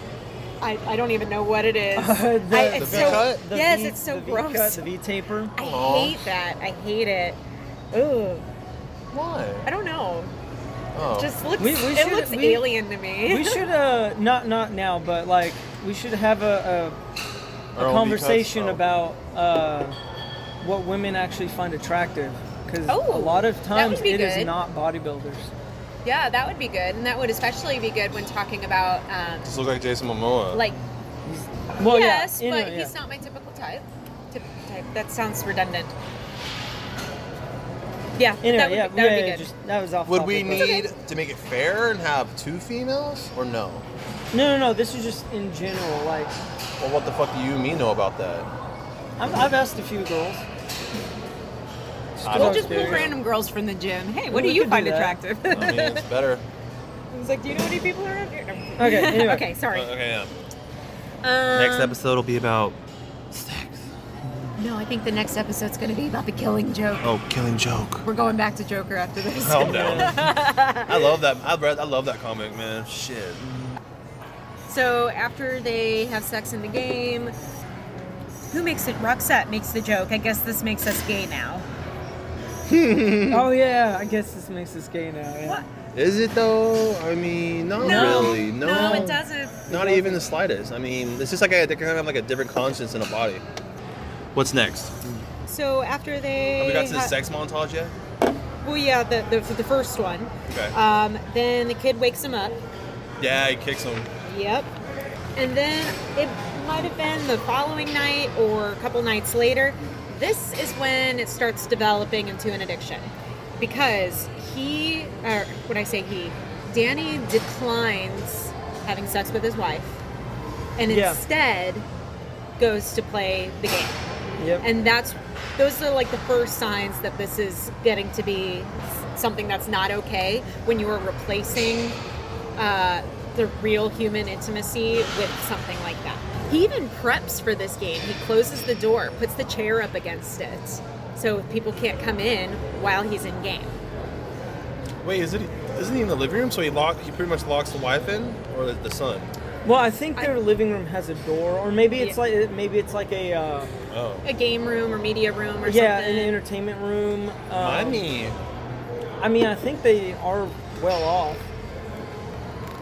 [SPEAKER 2] I, I don't even know what it is.
[SPEAKER 4] Uh, the-
[SPEAKER 2] I,
[SPEAKER 4] The
[SPEAKER 2] it's
[SPEAKER 3] V
[SPEAKER 2] so,
[SPEAKER 3] cut?
[SPEAKER 4] The
[SPEAKER 2] Yes,
[SPEAKER 4] V-
[SPEAKER 2] it's so
[SPEAKER 4] the V
[SPEAKER 2] gross.
[SPEAKER 4] Cut, the V taper.
[SPEAKER 2] I
[SPEAKER 3] Aw.
[SPEAKER 2] hate that. I hate it. Ooh, I
[SPEAKER 3] Why?
[SPEAKER 2] don't know.
[SPEAKER 3] Oh.
[SPEAKER 2] Just looks.
[SPEAKER 4] We- we
[SPEAKER 2] it
[SPEAKER 4] should-
[SPEAKER 2] looks
[SPEAKER 4] we-
[SPEAKER 2] alien to me.
[SPEAKER 4] we should uh not not now, but like we should have a a,
[SPEAKER 3] Our
[SPEAKER 4] a
[SPEAKER 3] own
[SPEAKER 4] conversation
[SPEAKER 3] V-cuts? Oh.
[SPEAKER 4] about uh what women actually find attractive. Because
[SPEAKER 2] Oh,
[SPEAKER 4] a lot of
[SPEAKER 2] that would
[SPEAKER 4] times
[SPEAKER 2] be
[SPEAKER 4] it is
[SPEAKER 2] good.
[SPEAKER 4] not bodybuilders.
[SPEAKER 2] Yeah, that would be good, and that would especially be good when talking about um,
[SPEAKER 3] Just look like Jason Momoa.
[SPEAKER 2] like
[SPEAKER 4] Well,
[SPEAKER 2] yes,
[SPEAKER 4] Oh, yeah, you
[SPEAKER 2] but
[SPEAKER 4] know,
[SPEAKER 2] he's
[SPEAKER 4] yeah.
[SPEAKER 2] not my typical type. Typical type. That sounds redundant. Yeah,
[SPEAKER 4] Anyway,
[SPEAKER 2] that would,
[SPEAKER 4] yeah,
[SPEAKER 2] be, that would
[SPEAKER 4] yeah,
[SPEAKER 2] be
[SPEAKER 4] yeah,
[SPEAKER 2] good.
[SPEAKER 4] just- that was off.
[SPEAKER 3] Would we
[SPEAKER 4] topic, but-
[SPEAKER 3] need to make it fair and have two females or no?
[SPEAKER 4] No, no, no. This is just in general. Like,
[SPEAKER 3] Well, what the fuck do you and me know about that?
[SPEAKER 4] I've, I've asked a few girls.
[SPEAKER 3] I
[SPEAKER 2] we'll
[SPEAKER 3] don't
[SPEAKER 2] just
[SPEAKER 4] care.
[SPEAKER 2] pull random girls from the gym. Hey, what
[SPEAKER 4] We
[SPEAKER 2] do you
[SPEAKER 4] could do
[SPEAKER 2] find
[SPEAKER 4] that.
[SPEAKER 2] attractive?
[SPEAKER 3] I mean, it's better.
[SPEAKER 2] He's like, do you know any people around here? No.
[SPEAKER 4] Okay, anyway.
[SPEAKER 2] okay, sorry.
[SPEAKER 3] yeah.
[SPEAKER 2] Um,
[SPEAKER 3] episode will be about.
[SPEAKER 2] No, I think the next episode's going to be about the killing joke.
[SPEAKER 3] Oh, killing joke.
[SPEAKER 2] We're going back to Joker after this.
[SPEAKER 3] Calm down. I love that. I, read, I love that comic, man. Shit.
[SPEAKER 2] So after they have sex in the game, who makes it? Roxette makes the joke. I guess this makes us gay now.
[SPEAKER 4] Oh yeah, I guess this makes us gay now. Yeah.
[SPEAKER 2] What?
[SPEAKER 3] Is it though? I mean, not really. No.
[SPEAKER 2] No, it doesn't.
[SPEAKER 3] Not even the slightest. I mean, it's just like a, they kind of have like a different conscience in a body. What's next?
[SPEAKER 2] So after they.
[SPEAKER 3] Have we got to the
[SPEAKER 2] ha-
[SPEAKER 3] sex montage yet?
[SPEAKER 2] Well, yeah, the, the, the first one.
[SPEAKER 3] Okay.
[SPEAKER 2] Um, then the kid wakes him up.
[SPEAKER 3] yeah, he kicks him.
[SPEAKER 2] Yep. And then it might have been the following night or a couple nights later. This is when it starts developing into an addiction because he, or when I say he, Danny declines having sex with his wife and
[SPEAKER 4] Yeah.
[SPEAKER 2] instead goes to play the game.
[SPEAKER 4] Yep.
[SPEAKER 2] And that's those are like the first signs that this is getting to be something that's not okay when you are replacing uh, the real human intimacy with something like that. He even preps for this game. He closes the door, puts the chair up against it, so people can't come in while he's in game.
[SPEAKER 3] Wait, is it? Isn't he in the living room? So he lock. He pretty much locks the wife in, or the, the son.
[SPEAKER 4] well, I think
[SPEAKER 2] I-
[SPEAKER 4] their living room has a door, or maybe it's
[SPEAKER 2] Yeah.
[SPEAKER 4] like maybe it's like a uh,
[SPEAKER 3] Oh,
[SPEAKER 2] A game room or media room or
[SPEAKER 4] yeah,
[SPEAKER 2] something.
[SPEAKER 4] an entertainment room. Um,
[SPEAKER 3] money.
[SPEAKER 4] I mean, I think they are well off.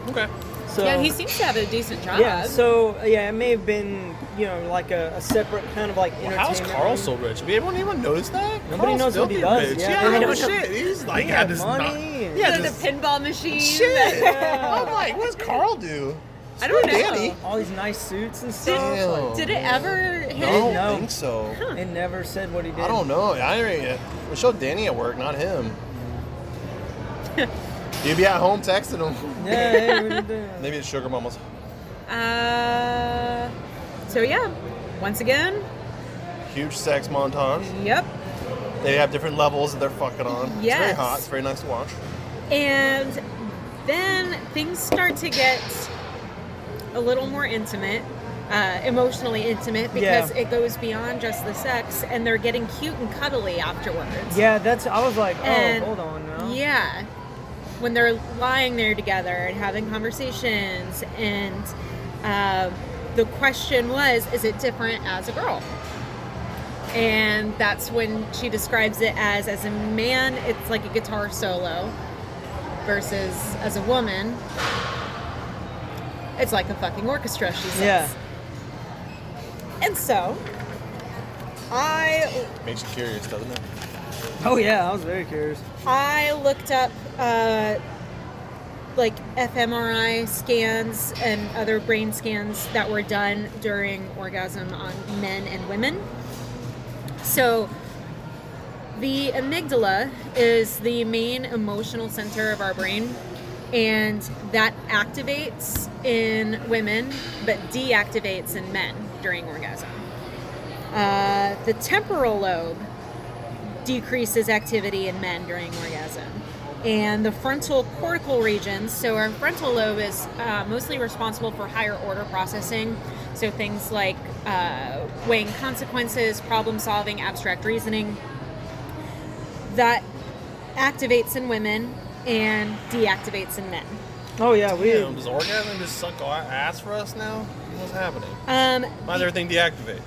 [SPEAKER 3] Okay.
[SPEAKER 4] So
[SPEAKER 2] yeah, he seems to have a decent job.
[SPEAKER 4] uh, yeah. So yeah, it may have been you know like a, a separate kind of like
[SPEAKER 3] Well,
[SPEAKER 4] entertainment.
[SPEAKER 3] how's Carl
[SPEAKER 4] room.
[SPEAKER 3] so rich? Did Anyone even notice that?
[SPEAKER 4] Nobody
[SPEAKER 3] Carl's
[SPEAKER 4] knows what he
[SPEAKER 3] filthy
[SPEAKER 4] does.
[SPEAKER 3] rich.
[SPEAKER 4] Yeah,
[SPEAKER 3] Yeah,
[SPEAKER 4] they
[SPEAKER 3] I
[SPEAKER 4] don't
[SPEAKER 3] know
[SPEAKER 4] know.
[SPEAKER 3] shit. He's like,
[SPEAKER 4] He
[SPEAKER 3] yeah,
[SPEAKER 4] got
[SPEAKER 3] this
[SPEAKER 4] money.
[SPEAKER 3] Not, yeah,
[SPEAKER 2] the,
[SPEAKER 3] this
[SPEAKER 2] the pinball machine.
[SPEAKER 3] shit. I'm
[SPEAKER 4] Yeah.
[SPEAKER 3] like, what does Carl do?
[SPEAKER 2] I don't
[SPEAKER 3] Screw
[SPEAKER 2] know.
[SPEAKER 3] Danny.
[SPEAKER 4] All these nice suits and stuff.
[SPEAKER 3] Damn.
[SPEAKER 4] like-
[SPEAKER 2] Did it ever hit?
[SPEAKER 3] I don't
[SPEAKER 4] No.
[SPEAKER 3] think so.
[SPEAKER 4] It never said what he did.
[SPEAKER 3] I don't know. I ain't. We showed Danny at work, not him. You'd be at home texting him.
[SPEAKER 4] Yeah, hey, what are you doing?
[SPEAKER 3] Maybe it's sugar mamas.
[SPEAKER 2] Uh, so yeah, once again,
[SPEAKER 3] Huge sex montage.
[SPEAKER 2] yep.
[SPEAKER 3] They have different levels that they're fucking on. It's very
[SPEAKER 2] Yes.
[SPEAKER 3] hot. It's very nice to watch.
[SPEAKER 2] And then things start to get a little more intimate, uh, emotionally intimate, because
[SPEAKER 4] Yeah.
[SPEAKER 2] it goes beyond just the sex, and they're getting cute and cuddly afterwards.
[SPEAKER 4] Yeah, that's. I was like, oh,
[SPEAKER 2] And-
[SPEAKER 4] hold on now.
[SPEAKER 2] Yeah. When they're lying there together and having conversations, and um the question was, is it different as a girl? And that's when she describes it as, as a man, it's like a guitar solo, versus as a woman, it's like a fucking orchestra, she says.
[SPEAKER 4] Yeah.
[SPEAKER 2] And so, I
[SPEAKER 3] Makes you curious, doesn't it?
[SPEAKER 4] Oh yeah, I was very curious.
[SPEAKER 2] I looked up uh, like fMRI scans and other brain scans that were done during orgasm on men and women. So the amygdala is the main emotional center of our brain and that activates in women but deactivates in men during orgasm. Uh, the temporal lobe decreases activity in men during orgasm. And the frontal cortical regions, so our frontal lobe is uh, mostly responsible for higher order processing. So things like uh, weighing consequences, problem solving, abstract reasoning. That activates in women and deactivates in men.
[SPEAKER 4] Oh yeah, we.
[SPEAKER 3] Damn, does orgasm just suck our ass for us now? What's happening?
[SPEAKER 2] Um,
[SPEAKER 3] Why does everything deactivate?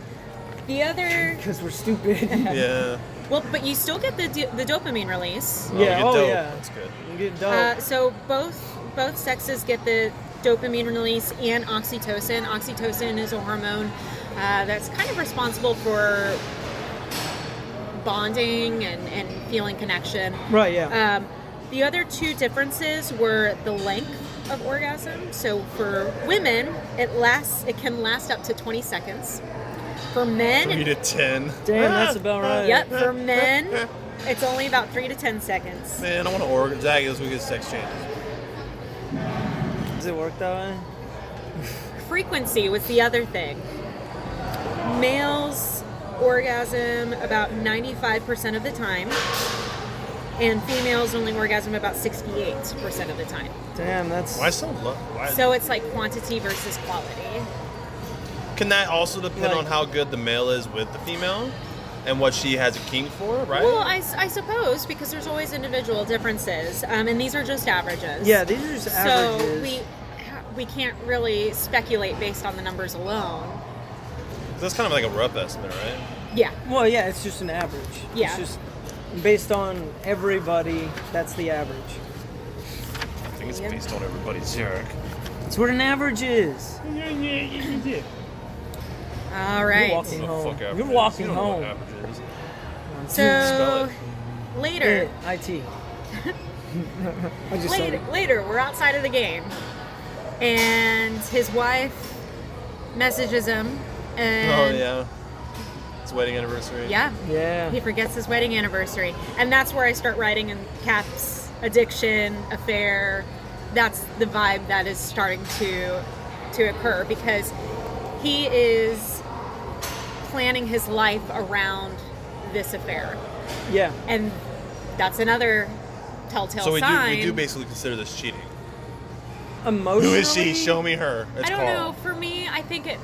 [SPEAKER 2] the other,
[SPEAKER 4] Because we're stupid. yeah.
[SPEAKER 3] Yeah.
[SPEAKER 2] well, but you still get the, do- the dopamine release.
[SPEAKER 3] Oh, we get
[SPEAKER 4] Oh,
[SPEAKER 3] dope.
[SPEAKER 4] yeah.
[SPEAKER 3] That's good.
[SPEAKER 4] You get dope.
[SPEAKER 2] Uh, so both both sexes get the dopamine release and oxytocin. Oxytocin is a hormone uh, that's kind of responsible for bonding and, and feeling connection.
[SPEAKER 4] right. Yeah.
[SPEAKER 2] Um, the other two differences were the length of orgasm. So for women, it lasts it can last up to 20 seconds. For men,
[SPEAKER 3] Three to ten.
[SPEAKER 4] Damn, that's
[SPEAKER 3] Ah.
[SPEAKER 4] about right.
[SPEAKER 2] yep, for men, it's only about three to 10 seconds.
[SPEAKER 3] Man, I want to orgasm. Zach is we get sex changes.
[SPEAKER 4] Does it work that way?
[SPEAKER 2] frequency was the other thing. Males orgasm about 95% of the time, and females only orgasm about 68% of the time.
[SPEAKER 4] Damn, that's.
[SPEAKER 3] Why so low? Why?
[SPEAKER 2] So it's like quantity versus quality.
[SPEAKER 3] Can that also depend
[SPEAKER 4] Like-
[SPEAKER 3] on how good the male is with the female, and what she has a kink for, right?
[SPEAKER 2] Well, I, s- I suppose because there's always individual differences, um, and these are just averages.
[SPEAKER 4] Yeah, these are just
[SPEAKER 2] So
[SPEAKER 4] averages.
[SPEAKER 2] we we can't really speculate based on the numbers alone.
[SPEAKER 3] That's kind of like a rough estimate, right?
[SPEAKER 2] Yeah.
[SPEAKER 4] Well, yeah, it's just an average.
[SPEAKER 2] Yeah.
[SPEAKER 4] It's just based on everybody. That's the average.
[SPEAKER 3] I think it's
[SPEAKER 2] Yeah.
[SPEAKER 3] based on everybody's jerk.
[SPEAKER 4] That's what an average is.
[SPEAKER 2] All right.
[SPEAKER 4] walking.
[SPEAKER 3] The
[SPEAKER 4] Home.
[SPEAKER 3] fuck
[SPEAKER 4] You're
[SPEAKER 3] average. you
[SPEAKER 4] walking
[SPEAKER 3] don't know
[SPEAKER 4] home.
[SPEAKER 3] What average is. Spell
[SPEAKER 2] So
[SPEAKER 3] it.
[SPEAKER 2] later.
[SPEAKER 4] It. It. I just said
[SPEAKER 2] later,
[SPEAKER 4] it.
[SPEAKER 2] later, we're outside of the game, and his wife messages him,
[SPEAKER 3] Oh
[SPEAKER 2] and
[SPEAKER 3] yeah. It's wedding anniversary.
[SPEAKER 2] yeah, he
[SPEAKER 4] Yeah.
[SPEAKER 2] forgets his wedding anniversary, and that's where I start writing in caps: addiction, affair. That's the vibe that is starting to to occur because he is planning his life around this affair.
[SPEAKER 4] Yeah.
[SPEAKER 2] And that's another telltale
[SPEAKER 3] So we do,
[SPEAKER 2] sign.
[SPEAKER 3] we do basically consider this cheating.
[SPEAKER 4] Emotionally.
[SPEAKER 3] Who is she? Show me her. It's
[SPEAKER 2] I don't
[SPEAKER 3] Carl.
[SPEAKER 2] know. For me, I think it.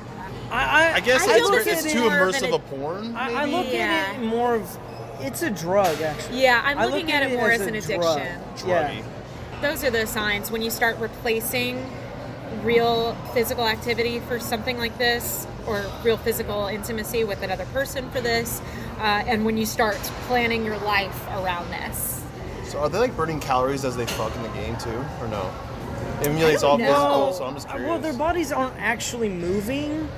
[SPEAKER 4] I, I,
[SPEAKER 3] I guess
[SPEAKER 2] I
[SPEAKER 3] it's,
[SPEAKER 2] look
[SPEAKER 3] it's
[SPEAKER 2] at it
[SPEAKER 3] too
[SPEAKER 2] more of
[SPEAKER 3] immersive
[SPEAKER 2] an-
[SPEAKER 3] a porn.
[SPEAKER 4] I, I
[SPEAKER 3] maybe?
[SPEAKER 4] look
[SPEAKER 2] Yeah.
[SPEAKER 4] at it more of it's a drug actually.
[SPEAKER 2] Yeah, I'm
[SPEAKER 4] I
[SPEAKER 2] looking
[SPEAKER 4] look
[SPEAKER 2] at it more as an
[SPEAKER 4] a drug.
[SPEAKER 2] addiction.
[SPEAKER 4] Yeah.
[SPEAKER 3] Druggy.
[SPEAKER 2] Those are the signs when you start replacing real physical activity for something like this, or real physical intimacy with another person for this, uh, and when you start planning your life around this.
[SPEAKER 3] So are they like burning calories as they fuck in the game too, or no? Emulates all
[SPEAKER 2] know.
[SPEAKER 3] physical, so I'm just curious.
[SPEAKER 4] Uh, well, their bodies aren't actually moving,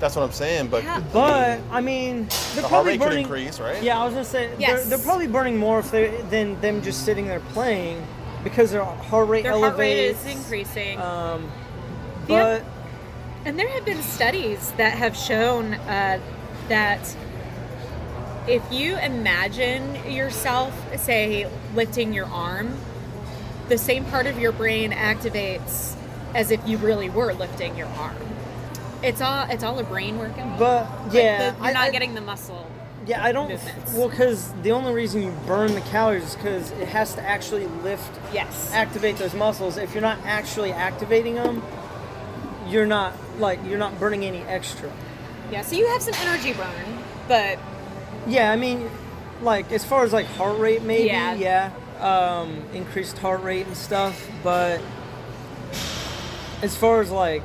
[SPEAKER 3] That's what I'm saying, but
[SPEAKER 2] Yeah.
[SPEAKER 4] but I mean, they're
[SPEAKER 3] the heart
[SPEAKER 4] probably
[SPEAKER 3] rate could
[SPEAKER 4] burning.
[SPEAKER 3] increase, right?
[SPEAKER 4] Yeah, I was gonna say
[SPEAKER 2] Yes.
[SPEAKER 4] they're, they're probably burning more if they than them just sitting there playing because their heart rate
[SPEAKER 2] Their heart rate
[SPEAKER 4] elevates.
[SPEAKER 2] is increasing.
[SPEAKER 4] Um,
[SPEAKER 2] Yeah.
[SPEAKER 4] but
[SPEAKER 2] And there have been studies that have shown uh, that if you imagine yourself, say, lifting your arm, the same part of your brain activates as if you really were lifting your arm. It's all it's all a brain workout.
[SPEAKER 4] but
[SPEAKER 2] Like,
[SPEAKER 4] yeah,
[SPEAKER 2] the-
[SPEAKER 4] I-
[SPEAKER 2] you're not
[SPEAKER 4] I-
[SPEAKER 2] getting the muscle.
[SPEAKER 4] Yeah, I don't.
[SPEAKER 2] movements.
[SPEAKER 4] Well, because the only reason you burn the calories is because it has to actually lift
[SPEAKER 2] Yes.
[SPEAKER 4] activate those muscles. If you're not actually activating them, you're not like you're not burning any extra.
[SPEAKER 2] Yeah. So you have some energy burn, but
[SPEAKER 4] Yeah, I mean, like as far as like heart rate, maybe
[SPEAKER 2] Yeah.
[SPEAKER 4] yeah, um, increased heart rate and stuff. But as far as like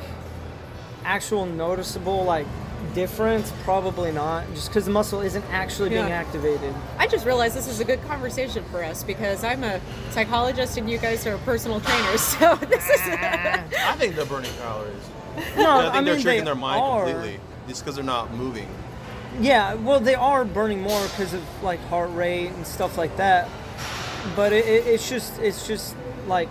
[SPEAKER 4] actual noticeable like difference, probably not. Just because the muscle isn't actually being
[SPEAKER 2] Yeah.
[SPEAKER 4] activated.
[SPEAKER 2] I just realized this is a good conversation for us because I'm a psychologist and you guys are personal trainers. So this is
[SPEAKER 4] Ah.
[SPEAKER 3] I think they're burning calories.
[SPEAKER 4] No,
[SPEAKER 3] I think they're
[SPEAKER 4] mean,
[SPEAKER 3] tricking
[SPEAKER 4] they
[SPEAKER 3] their mind
[SPEAKER 4] are.
[SPEAKER 3] completely, just because they're not moving.
[SPEAKER 4] Yeah, well, they are burning more because of like heart rate and stuff like that. But it, it, it's just it's just like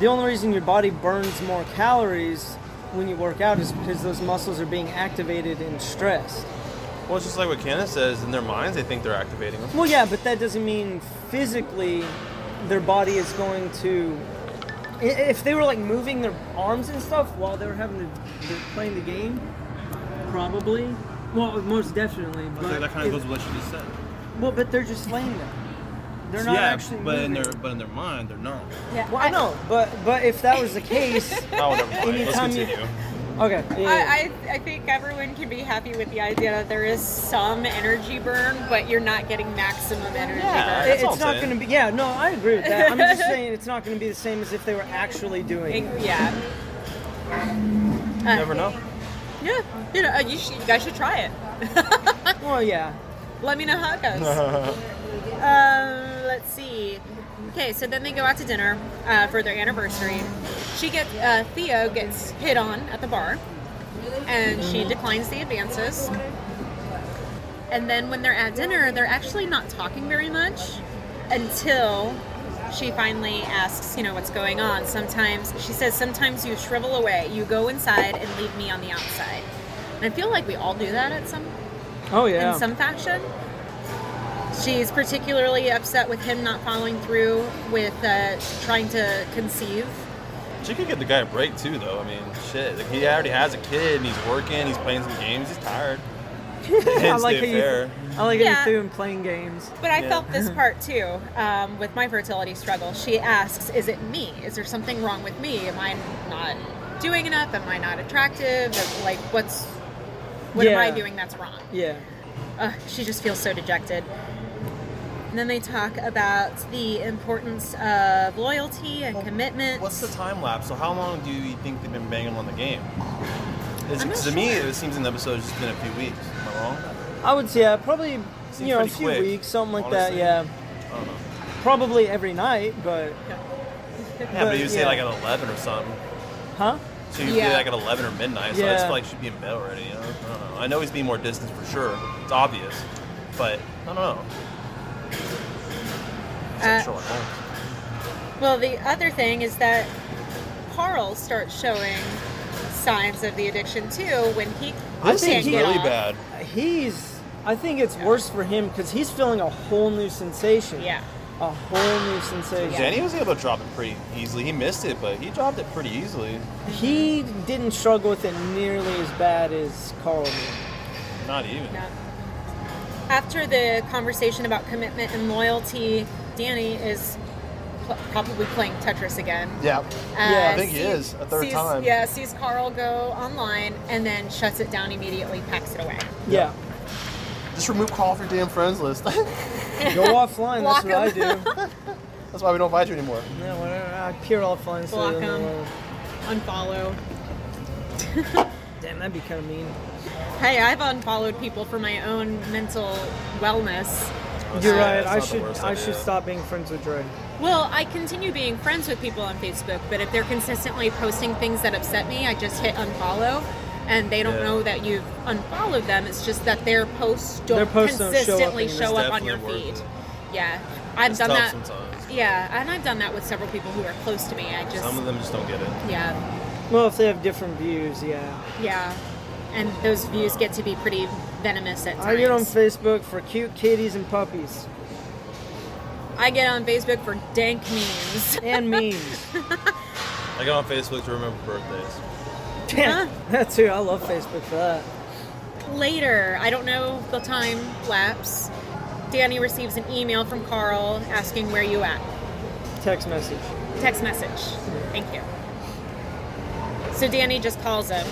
[SPEAKER 4] the only reason your body burns more calories when you work out is because those muscles are being activated and stressed.
[SPEAKER 3] Well, it's just like what Candace says. In their minds, they think they're activating them.
[SPEAKER 4] Well, yeah, but that doesn't mean physically their body is going to. i- If they were like moving their arms and stuff while they were having the, the playing the game, probably. Well, most definitely. But it-
[SPEAKER 3] what you just said.
[SPEAKER 4] Well, but they're just laying there. They're not actually moving.
[SPEAKER 3] but in their mind, they're not.
[SPEAKER 2] Yeah,
[SPEAKER 4] Well, I know, but but if that was the case, okay.
[SPEAKER 3] Oh, never mind. Let's
[SPEAKER 4] Anytime you-
[SPEAKER 3] continue.
[SPEAKER 4] yeah, yeah.
[SPEAKER 2] I, I, I think everyone can be happy with the idea that there is some energy burn, but you're not getting maximum energy
[SPEAKER 3] Yeah.
[SPEAKER 4] It-
[SPEAKER 3] That's
[SPEAKER 4] it's
[SPEAKER 3] all
[SPEAKER 4] not
[SPEAKER 3] I'm saying.
[SPEAKER 4] going to be. Yeah, no, I agree with that. I'm just saying it's not going to be the same as if they were actually doing.
[SPEAKER 2] burn.
[SPEAKER 4] it.
[SPEAKER 2] It- yeah.
[SPEAKER 3] You never know.
[SPEAKER 2] Yeah. You know, uh, you, should, you guys should try it.
[SPEAKER 4] Well, yeah.
[SPEAKER 2] Let me know how it goes. Um, let's see. Okay, so then they go out to dinner uh, for their anniversary. She gets uh, Theo gets hit on at the bar, and she declines the advances. And then when they're at dinner, they're actually not talking very much until she finally asks, you know, what's going on. Sometimes she says, sometimes you shrivel away, you go inside and leave me on the outside. And I feel like we all do that at some
[SPEAKER 4] Oh yeah.
[SPEAKER 2] in some fashion. She's particularly upset with him not following through with uh, trying to conceive.
[SPEAKER 3] She could give the guy a break too, though. I mean, shit. Like, he already has a kid, and he's working. He's playing some games. He's tired.
[SPEAKER 4] I
[SPEAKER 3] Hence
[SPEAKER 4] like
[SPEAKER 3] the
[SPEAKER 4] how you.
[SPEAKER 3] affair.
[SPEAKER 4] I like how
[SPEAKER 2] Yeah.
[SPEAKER 4] you threw him playing games.
[SPEAKER 2] But I
[SPEAKER 3] Yeah.
[SPEAKER 2] felt this part too um, with my fertility struggle. She asks, Is it me? Is there something wrong with me? Am I not doing enough? Am I not attractive? Am- Like, what's. What am I
[SPEAKER 4] Yeah.
[SPEAKER 2] doing that's wrong?
[SPEAKER 4] Yeah.
[SPEAKER 2] Ugh, she just feels so dejected. And then they talk about the importance of loyalty and commitment.
[SPEAKER 3] What's the time lapse? So how long do you think they've been banging on the game? It's,
[SPEAKER 2] I'm not
[SPEAKER 3] to me,
[SPEAKER 2] sure.
[SPEAKER 3] it seems in the episode it's just been a few weeks. Am I wrong?
[SPEAKER 4] I would say yeah, probably
[SPEAKER 3] Seems
[SPEAKER 4] you know a
[SPEAKER 3] pretty
[SPEAKER 4] few
[SPEAKER 3] quick,
[SPEAKER 4] weeks, something like
[SPEAKER 3] honestly.
[SPEAKER 4] that.
[SPEAKER 3] I
[SPEAKER 4] Yeah.
[SPEAKER 3] don't know.
[SPEAKER 4] Probably every night, but
[SPEAKER 3] Yeah, but,
[SPEAKER 4] But,
[SPEAKER 3] you would say
[SPEAKER 4] yeah.
[SPEAKER 3] like at 11 or something.
[SPEAKER 4] huh?
[SPEAKER 3] So you'd
[SPEAKER 2] Yeah.
[SPEAKER 3] be like at 11 or midnight. So I just
[SPEAKER 4] Yeah.
[SPEAKER 3] feel like she'd be in bed already. You know? I don't know. I know he's being more distant for sure. It's obvious. But I don't know. It's
[SPEAKER 2] Uh,
[SPEAKER 3] sexual at home.
[SPEAKER 2] Well, the other thing is that Carl starts showing signs of the addiction too when he
[SPEAKER 3] This seems
[SPEAKER 2] can't get
[SPEAKER 3] really
[SPEAKER 2] off.
[SPEAKER 3] bad.
[SPEAKER 4] He's. I think it's worse for him because he's feeling a whole new sensation.
[SPEAKER 2] Yeah.
[SPEAKER 4] A whole new sensation.
[SPEAKER 3] Danny was able to drop it pretty easily. He missed it, but he dropped it pretty easily.
[SPEAKER 4] He didn't struggle with it nearly as bad as Carl did.
[SPEAKER 3] Not even.
[SPEAKER 2] Yeah. After the conversation about commitment and loyalty, Danny is pl- probably playing Tetris again.
[SPEAKER 3] Yeah.
[SPEAKER 2] Uh,
[SPEAKER 4] Yeah, I
[SPEAKER 3] think he is, a third
[SPEAKER 2] sees,
[SPEAKER 3] time.
[SPEAKER 2] Yeah, sees Carl go online and then shuts it down immediately, packs it away.
[SPEAKER 4] Yeah.
[SPEAKER 3] Just remove Carl off your damn friends list. That's
[SPEAKER 4] Go offline.
[SPEAKER 2] Block
[SPEAKER 4] That's what I do.
[SPEAKER 2] 'em.
[SPEAKER 4] Yeah,
[SPEAKER 3] why we don't invite you anymore.
[SPEAKER 4] whatever. I peer offline. so uh,
[SPEAKER 2] Block
[SPEAKER 4] they don't
[SPEAKER 2] 'em.
[SPEAKER 4] know.
[SPEAKER 2] Unfollow.
[SPEAKER 4] Damn, that'd be kind of mean.
[SPEAKER 2] Hey, I've unfollowed people for my own mental wellness.
[SPEAKER 4] You're
[SPEAKER 3] Yeah,
[SPEAKER 4] right.
[SPEAKER 3] it's
[SPEAKER 4] I
[SPEAKER 3] not the
[SPEAKER 4] should
[SPEAKER 3] worst
[SPEAKER 4] I should
[SPEAKER 3] idea.
[SPEAKER 4] stop being friends with Dre.
[SPEAKER 2] Well, I continue being friends with people on Facebook, but if they're consistently posting things that upset me, I just hit unfollow. And they don't
[SPEAKER 3] Yeah.
[SPEAKER 2] know that you've unfollowed them. It's just that their posts don't
[SPEAKER 4] Their posts don't show up
[SPEAKER 2] consistently
[SPEAKER 4] in your-
[SPEAKER 2] show up,
[SPEAKER 3] It's
[SPEAKER 2] on your
[SPEAKER 3] definitely
[SPEAKER 2] feed.
[SPEAKER 3] worth
[SPEAKER 2] Yeah, I've
[SPEAKER 3] It's
[SPEAKER 2] done
[SPEAKER 3] tough
[SPEAKER 2] that.
[SPEAKER 3] sometimes.
[SPEAKER 2] Yeah, and I've done that with several people who are close to me. I just
[SPEAKER 3] Some of them just don't get it.
[SPEAKER 2] yeah,
[SPEAKER 4] Well, if they have different views, yeah.
[SPEAKER 2] yeah, and those views get to be pretty venomous at times.
[SPEAKER 4] I get on Facebook for cute kitties and puppies
[SPEAKER 2] I get on Facebook for dank memes.
[SPEAKER 4] and memes.
[SPEAKER 3] I got on Facebook to remember birthdays.
[SPEAKER 4] Damn, that too. I love Facebook for that.
[SPEAKER 2] Later, I don't know the time lapse. Danny receives an email from Carl asking where you at.
[SPEAKER 4] Text message.
[SPEAKER 2] Text message. Thank you. So Danny just calls him,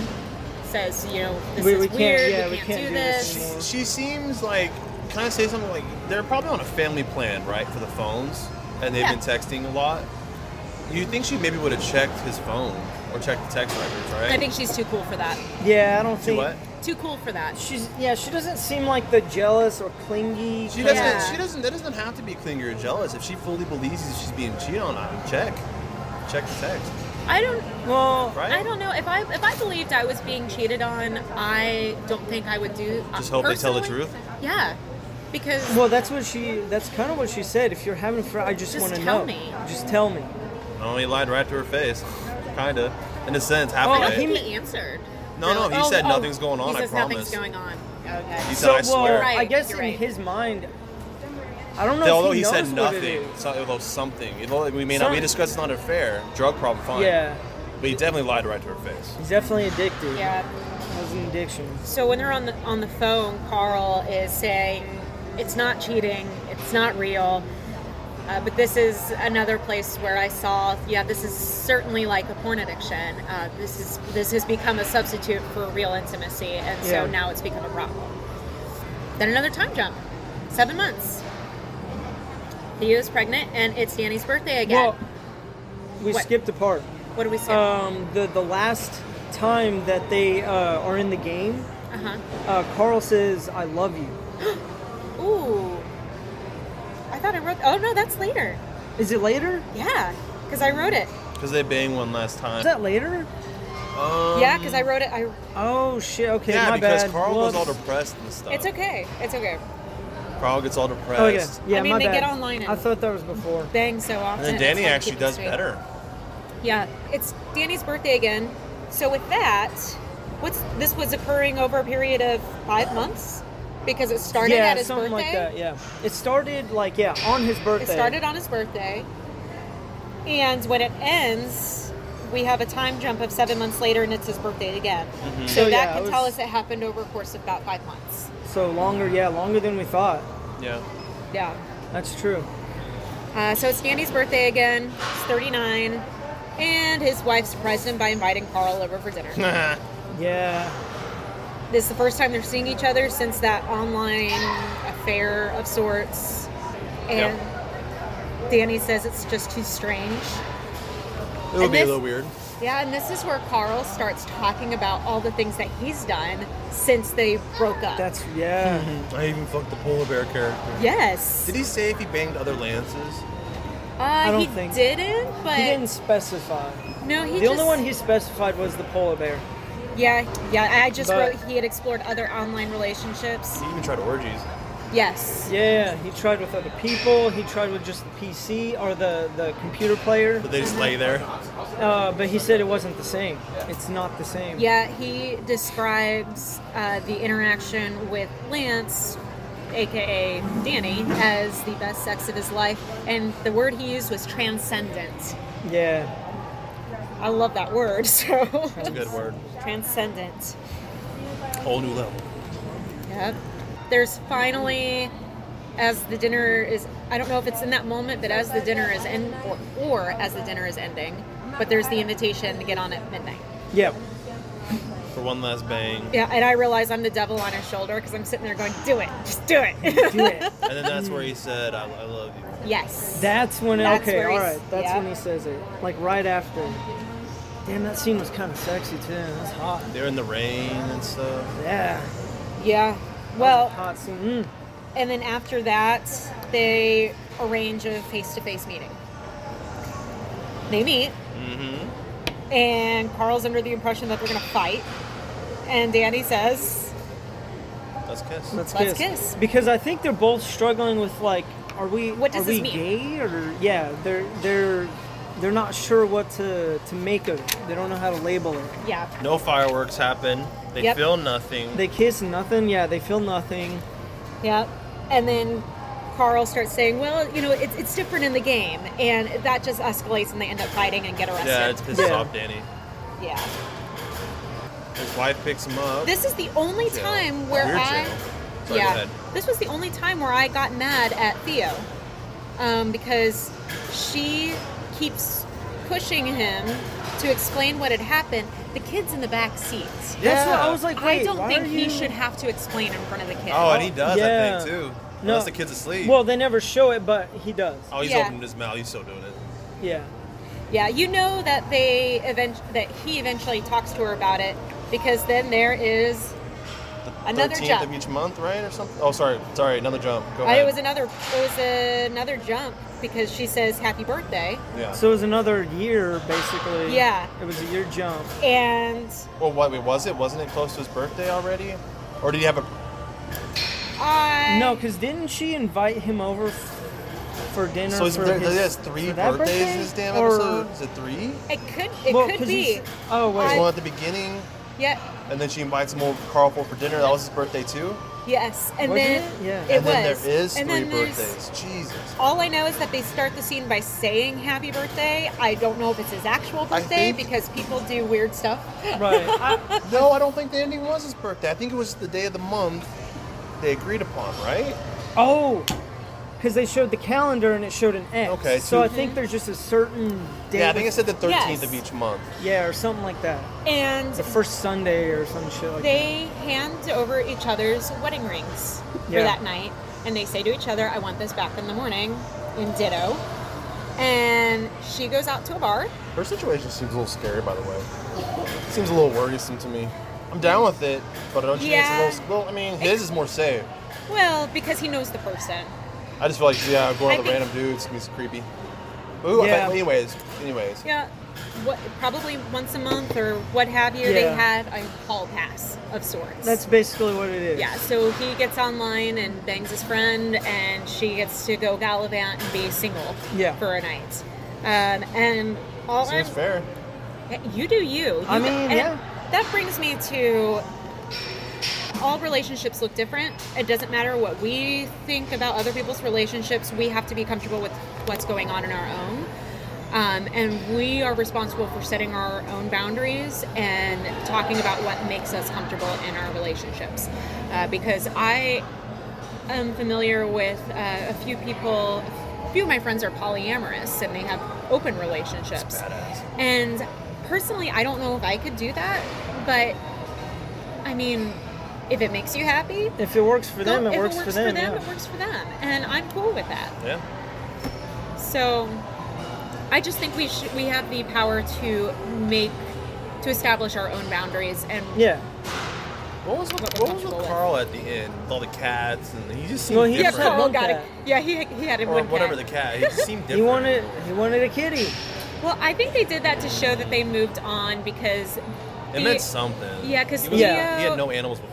[SPEAKER 2] says, you know, this
[SPEAKER 4] We-
[SPEAKER 2] is
[SPEAKER 4] we can't-
[SPEAKER 2] weird.
[SPEAKER 4] yeah,
[SPEAKER 2] we, can't do this.
[SPEAKER 4] anymore.
[SPEAKER 3] She seems like, can I say something like, they're probably on a family plan, right, for the phones? And they've
[SPEAKER 2] Yeah.
[SPEAKER 3] been texting a lot. you think she maybe would have checked his phone or checked the text records, right?
[SPEAKER 2] I think she's too cool for that.
[SPEAKER 4] Yeah, I don't
[SPEAKER 3] she
[SPEAKER 4] think
[SPEAKER 3] what?
[SPEAKER 2] Too cool for that.
[SPEAKER 4] she's. Yeah, she doesn't seem like the jealous or clingy.
[SPEAKER 3] She
[SPEAKER 4] kind
[SPEAKER 3] doesn't.
[SPEAKER 4] of-
[SPEAKER 2] Yeah.
[SPEAKER 3] She doesn't. That doesn't have to be clingy or jealous. If she fully believes that she's being cheated on, I would check. Check the text.
[SPEAKER 2] I don't.
[SPEAKER 4] Well,
[SPEAKER 3] Right?
[SPEAKER 2] I don't know if I if I believed I was being cheated on, I don't think I would do. uh,
[SPEAKER 3] Just hope they tell the
[SPEAKER 2] personally,
[SPEAKER 3] truth?
[SPEAKER 2] Yeah, because
[SPEAKER 4] well, that's what she. That's kind of what she said. If you're having, fr- I just,
[SPEAKER 2] Just
[SPEAKER 4] want to
[SPEAKER 2] tell
[SPEAKER 4] know.
[SPEAKER 2] me.
[SPEAKER 4] Just tell me.
[SPEAKER 3] No, he lied right to her face, kinda. In a sense,
[SPEAKER 2] I don't
[SPEAKER 3] halfway.
[SPEAKER 2] think he answered.
[SPEAKER 3] Oh,
[SPEAKER 2] Oh,
[SPEAKER 3] No, no, he said nothing's going on,
[SPEAKER 2] He
[SPEAKER 3] I
[SPEAKER 2] says
[SPEAKER 3] promise.
[SPEAKER 2] nothing's going on. Okay.
[SPEAKER 3] He said,
[SPEAKER 4] So,
[SPEAKER 3] "I swear."
[SPEAKER 4] well, I
[SPEAKER 2] Right,
[SPEAKER 4] guess in
[SPEAKER 2] you're right.
[SPEAKER 4] his mind, I don't know.
[SPEAKER 3] Yeah,
[SPEAKER 4] if
[SPEAKER 3] although
[SPEAKER 4] he,
[SPEAKER 3] he, said
[SPEAKER 4] knows what it
[SPEAKER 3] nothing,
[SPEAKER 4] is.
[SPEAKER 3] so, although something, you know, like we may not. We
[SPEAKER 4] Some-
[SPEAKER 3] discussed it's not unfair. Drug problem, fine.
[SPEAKER 4] Yeah,
[SPEAKER 3] But he definitely lied right to her face.
[SPEAKER 4] he's definitely addicted.
[SPEAKER 2] Yeah.
[SPEAKER 4] That was an addiction.
[SPEAKER 2] So when they're on the on the phone, Carl is saying, "It's not cheating. It's not real." Uh, but this is another place where I saw, yeah, this is certainly like a porn addiction. Uh, this is this has become a substitute for real intimacy, and so
[SPEAKER 4] Yeah.
[SPEAKER 2] now it's become a problem. Then another time jump, seven months. Theo's pregnant, and it's Danny's birthday again.
[SPEAKER 4] Well, we
[SPEAKER 2] What?
[SPEAKER 4] skipped a part.
[SPEAKER 2] what do we say?
[SPEAKER 4] Um, the the last time that they uh, are in the game,
[SPEAKER 2] uh huh.
[SPEAKER 4] uh, Carl says, "I love you."
[SPEAKER 2] Ooh, I thought I wrote. Oh no, that's later.
[SPEAKER 4] Is it later?
[SPEAKER 2] Yeah, because I wrote it.
[SPEAKER 3] Because they banged one last time.
[SPEAKER 4] Is that later?
[SPEAKER 3] Um,
[SPEAKER 2] yeah, because I wrote it. I.
[SPEAKER 4] Oh shit! Okay,
[SPEAKER 3] Yeah,
[SPEAKER 4] my
[SPEAKER 3] because
[SPEAKER 4] bad.
[SPEAKER 3] Carl was all
[SPEAKER 4] Whoops.
[SPEAKER 3] depressed and stuff.
[SPEAKER 2] It's okay. It's okay.
[SPEAKER 3] Carl gets all
[SPEAKER 4] Oh yeah,
[SPEAKER 3] depressed.
[SPEAKER 4] yeah.
[SPEAKER 2] I mean,
[SPEAKER 4] my
[SPEAKER 2] they
[SPEAKER 4] bad.
[SPEAKER 2] get online and-
[SPEAKER 4] I thought that was before.
[SPEAKER 2] Bang so often.
[SPEAKER 3] And then
[SPEAKER 2] it's
[SPEAKER 3] Danny
[SPEAKER 2] hard to
[SPEAKER 3] actually
[SPEAKER 2] keep it
[SPEAKER 3] does
[SPEAKER 2] straight.
[SPEAKER 3] better.
[SPEAKER 2] Yeah, it's Danny's birthday again. So with that, what's this was occurring over a period of five months because it started
[SPEAKER 4] yeah,
[SPEAKER 2] at his
[SPEAKER 4] something
[SPEAKER 2] birthday.
[SPEAKER 4] like that. Yeah, it started like yeah on his birthday.
[SPEAKER 2] It started on his birthday, and when it ends. We have a time jump of seven months later, and it's his birthday again. So
[SPEAKER 4] So, Oh,
[SPEAKER 2] that
[SPEAKER 4] yeah,
[SPEAKER 2] can
[SPEAKER 4] it
[SPEAKER 2] tell
[SPEAKER 4] was-
[SPEAKER 2] us it happened over a course of about five months.
[SPEAKER 4] so longer. Yeah, longer than we thought.
[SPEAKER 3] Yeah.
[SPEAKER 2] Yeah.
[SPEAKER 4] That's true.
[SPEAKER 2] Uh, so it's Danny's birthday again. He's 39. And his wife surprised him by inviting Carl over for dinner.
[SPEAKER 4] Yeah,
[SPEAKER 2] this is the first time they're seeing each other since that online affair of sorts. And Danny says it's just too strange.
[SPEAKER 3] It would
[SPEAKER 2] And
[SPEAKER 3] be a
[SPEAKER 2] this-
[SPEAKER 3] little weird.
[SPEAKER 2] Yeah, and this is where Carl starts talking about all the things that he's done since they broke up.
[SPEAKER 4] that's yeah.
[SPEAKER 3] I even fucked the polar bear character.
[SPEAKER 2] yes.
[SPEAKER 3] Did he say if he banged other lances?
[SPEAKER 2] Uh,
[SPEAKER 4] don't
[SPEAKER 2] he
[SPEAKER 4] think-
[SPEAKER 2] didn't, but
[SPEAKER 4] He didn't specify.
[SPEAKER 2] no, he
[SPEAKER 4] the
[SPEAKER 2] just,
[SPEAKER 4] only one he specified was the polar bear.
[SPEAKER 2] Yeah, yeah. I just
[SPEAKER 4] But-
[SPEAKER 2] wrote he had explored other online relationships.
[SPEAKER 3] He even tried orgies.
[SPEAKER 2] Yes.
[SPEAKER 4] Yeah, he tried with other people. He tried with just the PC or the the computer player.
[SPEAKER 3] But they just lay there.
[SPEAKER 4] Uh, but he said it wasn't the same. It's not the same.
[SPEAKER 2] Yeah, he describes uh, the interaction with Lance, aka Danny, as the best sex of his life, and the word he used was transcendent.
[SPEAKER 4] Yeah.
[SPEAKER 2] I love that word. So
[SPEAKER 3] That's a good word.
[SPEAKER 2] transcendent.
[SPEAKER 3] Whole new level.
[SPEAKER 2] Yeah. Yep. There's finally, as the dinner is, I don't know if it's in that moment, but as the dinner is end, or, or as the dinner is ending, but there's the invitation to get on at midnight.
[SPEAKER 4] Yeah.
[SPEAKER 3] for one last bang.
[SPEAKER 2] Yeah, and I realize I'm the devil on his shoulder because I'm sitting there going, "Do it, just do it."
[SPEAKER 4] Do it.
[SPEAKER 3] And then that's where he said, I, I love you.
[SPEAKER 2] yes.
[SPEAKER 4] That's when.
[SPEAKER 2] That's
[SPEAKER 4] okay.
[SPEAKER 2] where
[SPEAKER 4] All
[SPEAKER 2] he's-
[SPEAKER 4] right. That's
[SPEAKER 2] yeah.
[SPEAKER 4] when he says it. Like right after. Damn, that scene was kind of sexy too. That's hot.
[SPEAKER 3] They're in the rain and stuff.
[SPEAKER 4] Yeah.
[SPEAKER 2] yeah. Well,
[SPEAKER 4] Hot scene. Mm.
[SPEAKER 2] and then after that, they arrange a face-to-face meeting. They meet,
[SPEAKER 3] Mm-hmm.
[SPEAKER 2] and Carl's under the impression that they're gonna fight, and Danny says,
[SPEAKER 3] Let's kiss.
[SPEAKER 4] Let's, kiss.
[SPEAKER 2] Let's kiss.
[SPEAKER 4] Because I think they're both struggling with like, are we?
[SPEAKER 2] What does
[SPEAKER 4] are
[SPEAKER 2] this
[SPEAKER 4] we
[SPEAKER 2] mean?
[SPEAKER 4] gay or yeah? They're they're they're not sure what to to make of it. They don't know how to label it.
[SPEAKER 2] "Yeah,
[SPEAKER 3] no fireworks happen. They
[SPEAKER 2] Yep.
[SPEAKER 3] feel nothing.
[SPEAKER 4] They kiss nothing. Yeah, they feel nothing.
[SPEAKER 2] Yep. And then Carl starts saying, "Well, you know, it's, it's different in the game," and that just escalates, and they end up fighting and get arrested.
[SPEAKER 3] yeah, it's pisses
[SPEAKER 4] Yeah.
[SPEAKER 3] off Danny.
[SPEAKER 2] Yeah.
[SPEAKER 3] His wife picks him up.
[SPEAKER 2] This is the only
[SPEAKER 3] Jail.
[SPEAKER 2] time where
[SPEAKER 3] Weird
[SPEAKER 2] I.
[SPEAKER 3] jail. Sorry, go
[SPEAKER 2] yeah.
[SPEAKER 3] ahead.
[SPEAKER 2] This was the only time where I got mad at Theo, um, because she keeps pushing him to explain what had happened. The kids in the back seats.
[SPEAKER 4] That's what
[SPEAKER 3] Yeah.
[SPEAKER 4] I was like. Wait,
[SPEAKER 2] I don't
[SPEAKER 4] why
[SPEAKER 2] think
[SPEAKER 4] are
[SPEAKER 2] he
[SPEAKER 4] you-
[SPEAKER 2] should have to explain in front of the kids.
[SPEAKER 3] Oh, and he does, I
[SPEAKER 4] Yeah.
[SPEAKER 3] think, too.
[SPEAKER 4] No.
[SPEAKER 3] Unless the kid's asleep.
[SPEAKER 4] Well, they never show it, but he does.
[SPEAKER 3] oh, he's
[SPEAKER 2] Yeah.
[SPEAKER 3] opening his mouth. He's still doing it.
[SPEAKER 4] Yeah.
[SPEAKER 2] Yeah, you know that they event- that he eventually talks to her about it because then there is
[SPEAKER 3] The
[SPEAKER 2] Another
[SPEAKER 3] 13th
[SPEAKER 2] jump.
[SPEAKER 3] of each month, right? Or something? Oh, sorry. Sorry, another jump. Go
[SPEAKER 2] I,
[SPEAKER 3] ahead.
[SPEAKER 2] oh, it was another it was another jump because she says happy birthday
[SPEAKER 3] yeah.
[SPEAKER 4] So it was another year, basically.
[SPEAKER 2] Yeah.
[SPEAKER 4] It was a year jump.
[SPEAKER 2] and
[SPEAKER 3] well, what wait, was it? Wasn't it close to his birthday already? Or did he have a.
[SPEAKER 2] I
[SPEAKER 4] No, because didn't she invite him over f- for dinner?
[SPEAKER 3] So he's,
[SPEAKER 4] for
[SPEAKER 3] there-
[SPEAKER 4] his-
[SPEAKER 3] he has three
[SPEAKER 4] for that
[SPEAKER 3] birthdays
[SPEAKER 4] birthday?
[SPEAKER 3] in this damn
[SPEAKER 4] Or-
[SPEAKER 3] episode? Is it three?
[SPEAKER 2] it could it
[SPEAKER 4] Well,
[SPEAKER 2] could
[SPEAKER 4] 'cause
[SPEAKER 2] be
[SPEAKER 4] he's- Oh wait.
[SPEAKER 3] There's one at the beginning,
[SPEAKER 2] yeah
[SPEAKER 3] and then she invites him over for Carl for dinner. That was his birthday, too?
[SPEAKER 2] yes and
[SPEAKER 4] Was
[SPEAKER 2] then
[SPEAKER 4] it? Yeah.
[SPEAKER 2] it
[SPEAKER 3] and then
[SPEAKER 2] was
[SPEAKER 3] there is
[SPEAKER 2] and
[SPEAKER 3] three
[SPEAKER 2] then there's-
[SPEAKER 3] birthdays. Jesus.
[SPEAKER 2] all I know is that they start the scene by saying happy birthday I don't know if it's his actual
[SPEAKER 3] I
[SPEAKER 2] birthday
[SPEAKER 3] think-
[SPEAKER 2] because people do weird stuff
[SPEAKER 4] Right. I,
[SPEAKER 3] No, I don't think that ending was his birthday. I think it was the day of the month they agreed upon, right?
[SPEAKER 4] oh, because they showed the calendar and it showed an X.
[SPEAKER 3] Okay,
[SPEAKER 4] So I
[SPEAKER 3] two-
[SPEAKER 4] think there's just a certain day.
[SPEAKER 3] Yeah, I think it said the 13th of
[SPEAKER 2] Yes.
[SPEAKER 3] each month.
[SPEAKER 4] Yeah, or something like that.
[SPEAKER 2] and
[SPEAKER 4] The first Sunday or some shit like that.
[SPEAKER 2] they hand over each other's wedding rings for
[SPEAKER 4] Yeah.
[SPEAKER 2] that night and they say to each other i want this back in the morning in ditto and she goes out to a bar
[SPEAKER 3] Her situation seems a little scary, by the way. Seems a little worrisome to me. I'm down with it, but don't you think it's a
[SPEAKER 2] Yeah.
[SPEAKER 3] little. Well, I mean, his is more safe.
[SPEAKER 2] well because he knows the person
[SPEAKER 3] I just feel like, yeah,
[SPEAKER 2] I
[SPEAKER 3] going with a
[SPEAKER 2] think-
[SPEAKER 3] random dude is it's creepy. Ooh,
[SPEAKER 4] Yeah.
[SPEAKER 3] but anyways, anyways.
[SPEAKER 2] yeah what, probably once a month or what have you they
[SPEAKER 4] Yeah.
[SPEAKER 2] had a hall pass of sorts
[SPEAKER 4] That's basically what it is.
[SPEAKER 2] yeah so he gets online and bangs his friend and she gets to go gallivant and be single
[SPEAKER 4] Yeah.
[SPEAKER 2] for a night um, and all
[SPEAKER 3] Seems
[SPEAKER 2] I'm-
[SPEAKER 3] fair.
[SPEAKER 2] Yeah, Eh, You do you. You
[SPEAKER 4] I
[SPEAKER 2] do-
[SPEAKER 4] mean,
[SPEAKER 2] and
[SPEAKER 4] yeah.
[SPEAKER 2] That brings me to all relationships look different. It doesn't matter what we think about other people's relationships. We have to be comfortable with what's going on in our own. Um, and we are responsible for setting our own boundaries and talking about what makes us comfortable in our relationships. Uh, because I am familiar with uh, a few people, a few of my friends are polyamorous and they have open relationships. And personally, I don't know if I could do that, but I mean, if it makes you happy,
[SPEAKER 4] If it works for them,
[SPEAKER 2] go-
[SPEAKER 4] it,
[SPEAKER 2] if
[SPEAKER 4] works
[SPEAKER 2] it works
[SPEAKER 4] for them. yeah.
[SPEAKER 2] it works for them. And I'm cool with that.
[SPEAKER 3] Yeah.
[SPEAKER 2] So I just think we should, we have the power to make, to establish our own boundaries and
[SPEAKER 4] Yeah.
[SPEAKER 3] What was with,
[SPEAKER 2] What we're
[SPEAKER 3] what was with
[SPEAKER 2] comfortable with.
[SPEAKER 3] Carl at the end? With all the cats, and he just seemed
[SPEAKER 4] Well, he
[SPEAKER 2] Yeah,
[SPEAKER 4] just had
[SPEAKER 2] Carl
[SPEAKER 3] different.
[SPEAKER 4] one
[SPEAKER 2] got a,
[SPEAKER 4] cat.
[SPEAKER 2] yeah, he, he had a
[SPEAKER 3] or
[SPEAKER 2] one
[SPEAKER 3] whatever
[SPEAKER 2] cat.
[SPEAKER 3] the cat. He just seemed different.
[SPEAKER 4] He wanted he wanted a kitty.
[SPEAKER 2] Well, I think they did that to show that they moved on because
[SPEAKER 3] It meant something.
[SPEAKER 2] Yeah, 'cause
[SPEAKER 3] he, wasn't-
[SPEAKER 4] Theo-
[SPEAKER 3] he had no animals before.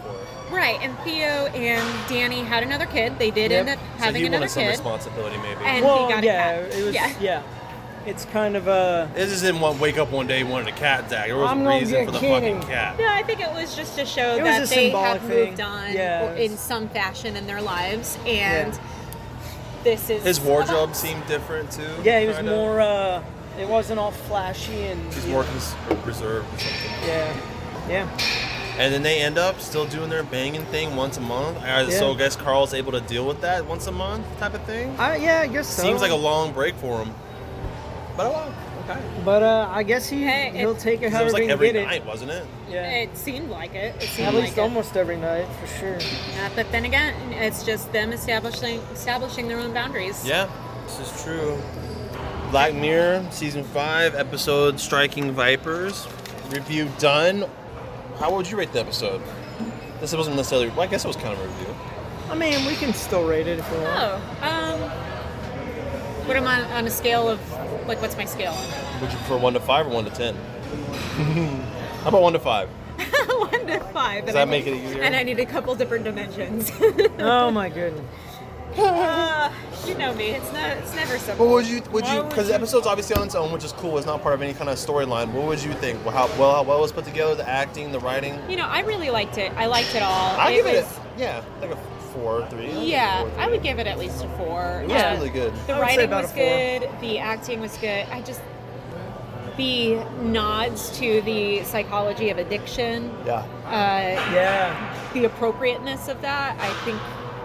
[SPEAKER 2] right, and Theo and Danny had another kid. They did
[SPEAKER 4] Yep.
[SPEAKER 2] end up
[SPEAKER 3] So
[SPEAKER 2] having
[SPEAKER 3] he wanted
[SPEAKER 2] another
[SPEAKER 3] some
[SPEAKER 2] kid.
[SPEAKER 3] responsibility, maybe.
[SPEAKER 2] And- he
[SPEAKER 4] well,
[SPEAKER 2] got a
[SPEAKER 4] yeah,
[SPEAKER 2] cat.
[SPEAKER 4] it was
[SPEAKER 2] Yeah.
[SPEAKER 4] yeah. It's kind of a
[SPEAKER 3] this isn't one wake up one day wanting a cat tag. There was
[SPEAKER 4] I'm
[SPEAKER 3] a
[SPEAKER 4] gonna
[SPEAKER 3] reason
[SPEAKER 4] get
[SPEAKER 3] for the
[SPEAKER 4] kidding.
[SPEAKER 3] fucking cat.
[SPEAKER 2] No, I think it was just to show
[SPEAKER 4] It was
[SPEAKER 2] that
[SPEAKER 4] a
[SPEAKER 2] they
[SPEAKER 4] symbolic
[SPEAKER 2] have moved
[SPEAKER 4] thing.
[SPEAKER 2] on
[SPEAKER 4] Yeah,
[SPEAKER 2] or
[SPEAKER 4] it was-
[SPEAKER 2] in some fashion in their lives, and
[SPEAKER 4] Yeah.
[SPEAKER 2] this is
[SPEAKER 3] His wardrobe seemed different too.
[SPEAKER 4] yeah. He was
[SPEAKER 3] kinda.
[SPEAKER 4] more. uh It wasn't all flashy and.
[SPEAKER 3] He's more cons- reserved. Or something.
[SPEAKER 4] Yeah. Yeah.
[SPEAKER 3] And then they end up still doing their banging thing once a month. I, So
[SPEAKER 4] Yeah.
[SPEAKER 3] I guess Carl's able to deal with that once a month type of thing.
[SPEAKER 4] I, yeah, I guess so.
[SPEAKER 3] Seems like a long break for him. But oh well, okay.
[SPEAKER 4] But uh, I guess he
[SPEAKER 2] Hey,
[SPEAKER 4] he'll
[SPEAKER 2] it-
[SPEAKER 4] take it
[SPEAKER 3] 'Cause It
[SPEAKER 4] however
[SPEAKER 3] was like
[SPEAKER 4] he can
[SPEAKER 3] every
[SPEAKER 4] get
[SPEAKER 3] night, wasn't it?
[SPEAKER 4] it. Yeah.
[SPEAKER 2] It seemed like it. It seemed
[SPEAKER 4] At least
[SPEAKER 2] like it.
[SPEAKER 4] almost every night for sure.
[SPEAKER 2] Uh, but then again, it's just them establishing establishing their own boundaries.
[SPEAKER 3] Yeah, this is true. Black Mirror, season five, episode Striking Vipers. Review done. How would you rate the episode? This wasn't necessarily. Well, I guess it was kind of a review.
[SPEAKER 4] I mean, we can still rate it if we want.
[SPEAKER 2] Oh, um, what am I on a scale of like? What's my scale?
[SPEAKER 3] Would you prefer one to five or one to ten? How about one to five?
[SPEAKER 2] One to five.
[SPEAKER 3] Does
[SPEAKER 2] and I
[SPEAKER 3] that make it
[SPEAKER 2] need-
[SPEAKER 3] easier?
[SPEAKER 2] And I need a couple different dimensions.
[SPEAKER 4] Oh my goodness.
[SPEAKER 2] uh, you know me. It's not. It's never
[SPEAKER 3] What
[SPEAKER 2] simple.
[SPEAKER 3] would you? Would
[SPEAKER 4] Why
[SPEAKER 3] you?
[SPEAKER 4] would
[SPEAKER 3] Because the
[SPEAKER 4] you-
[SPEAKER 3] episode's obviously on its own, which is cool. It's not part of any kind of storyline. What would you think? Well, how well how well it was put together, the acting, the writing.
[SPEAKER 2] You know, I really liked it. I liked it all.
[SPEAKER 3] I give it.
[SPEAKER 2] was-
[SPEAKER 3] A, yeah, like a four, three. I'd give it a
[SPEAKER 2] Yeah,
[SPEAKER 3] four, three.
[SPEAKER 2] I would give it at least a four.
[SPEAKER 3] It was
[SPEAKER 2] yeah.
[SPEAKER 3] really good.
[SPEAKER 4] I
[SPEAKER 2] The
[SPEAKER 4] would say
[SPEAKER 2] writing
[SPEAKER 4] about
[SPEAKER 2] was
[SPEAKER 4] a four.
[SPEAKER 2] good. The acting was good. I just the nods to the psychology of addiction,
[SPEAKER 3] Yeah.
[SPEAKER 2] uh,
[SPEAKER 4] Yeah.
[SPEAKER 2] the appropriateness of that, I think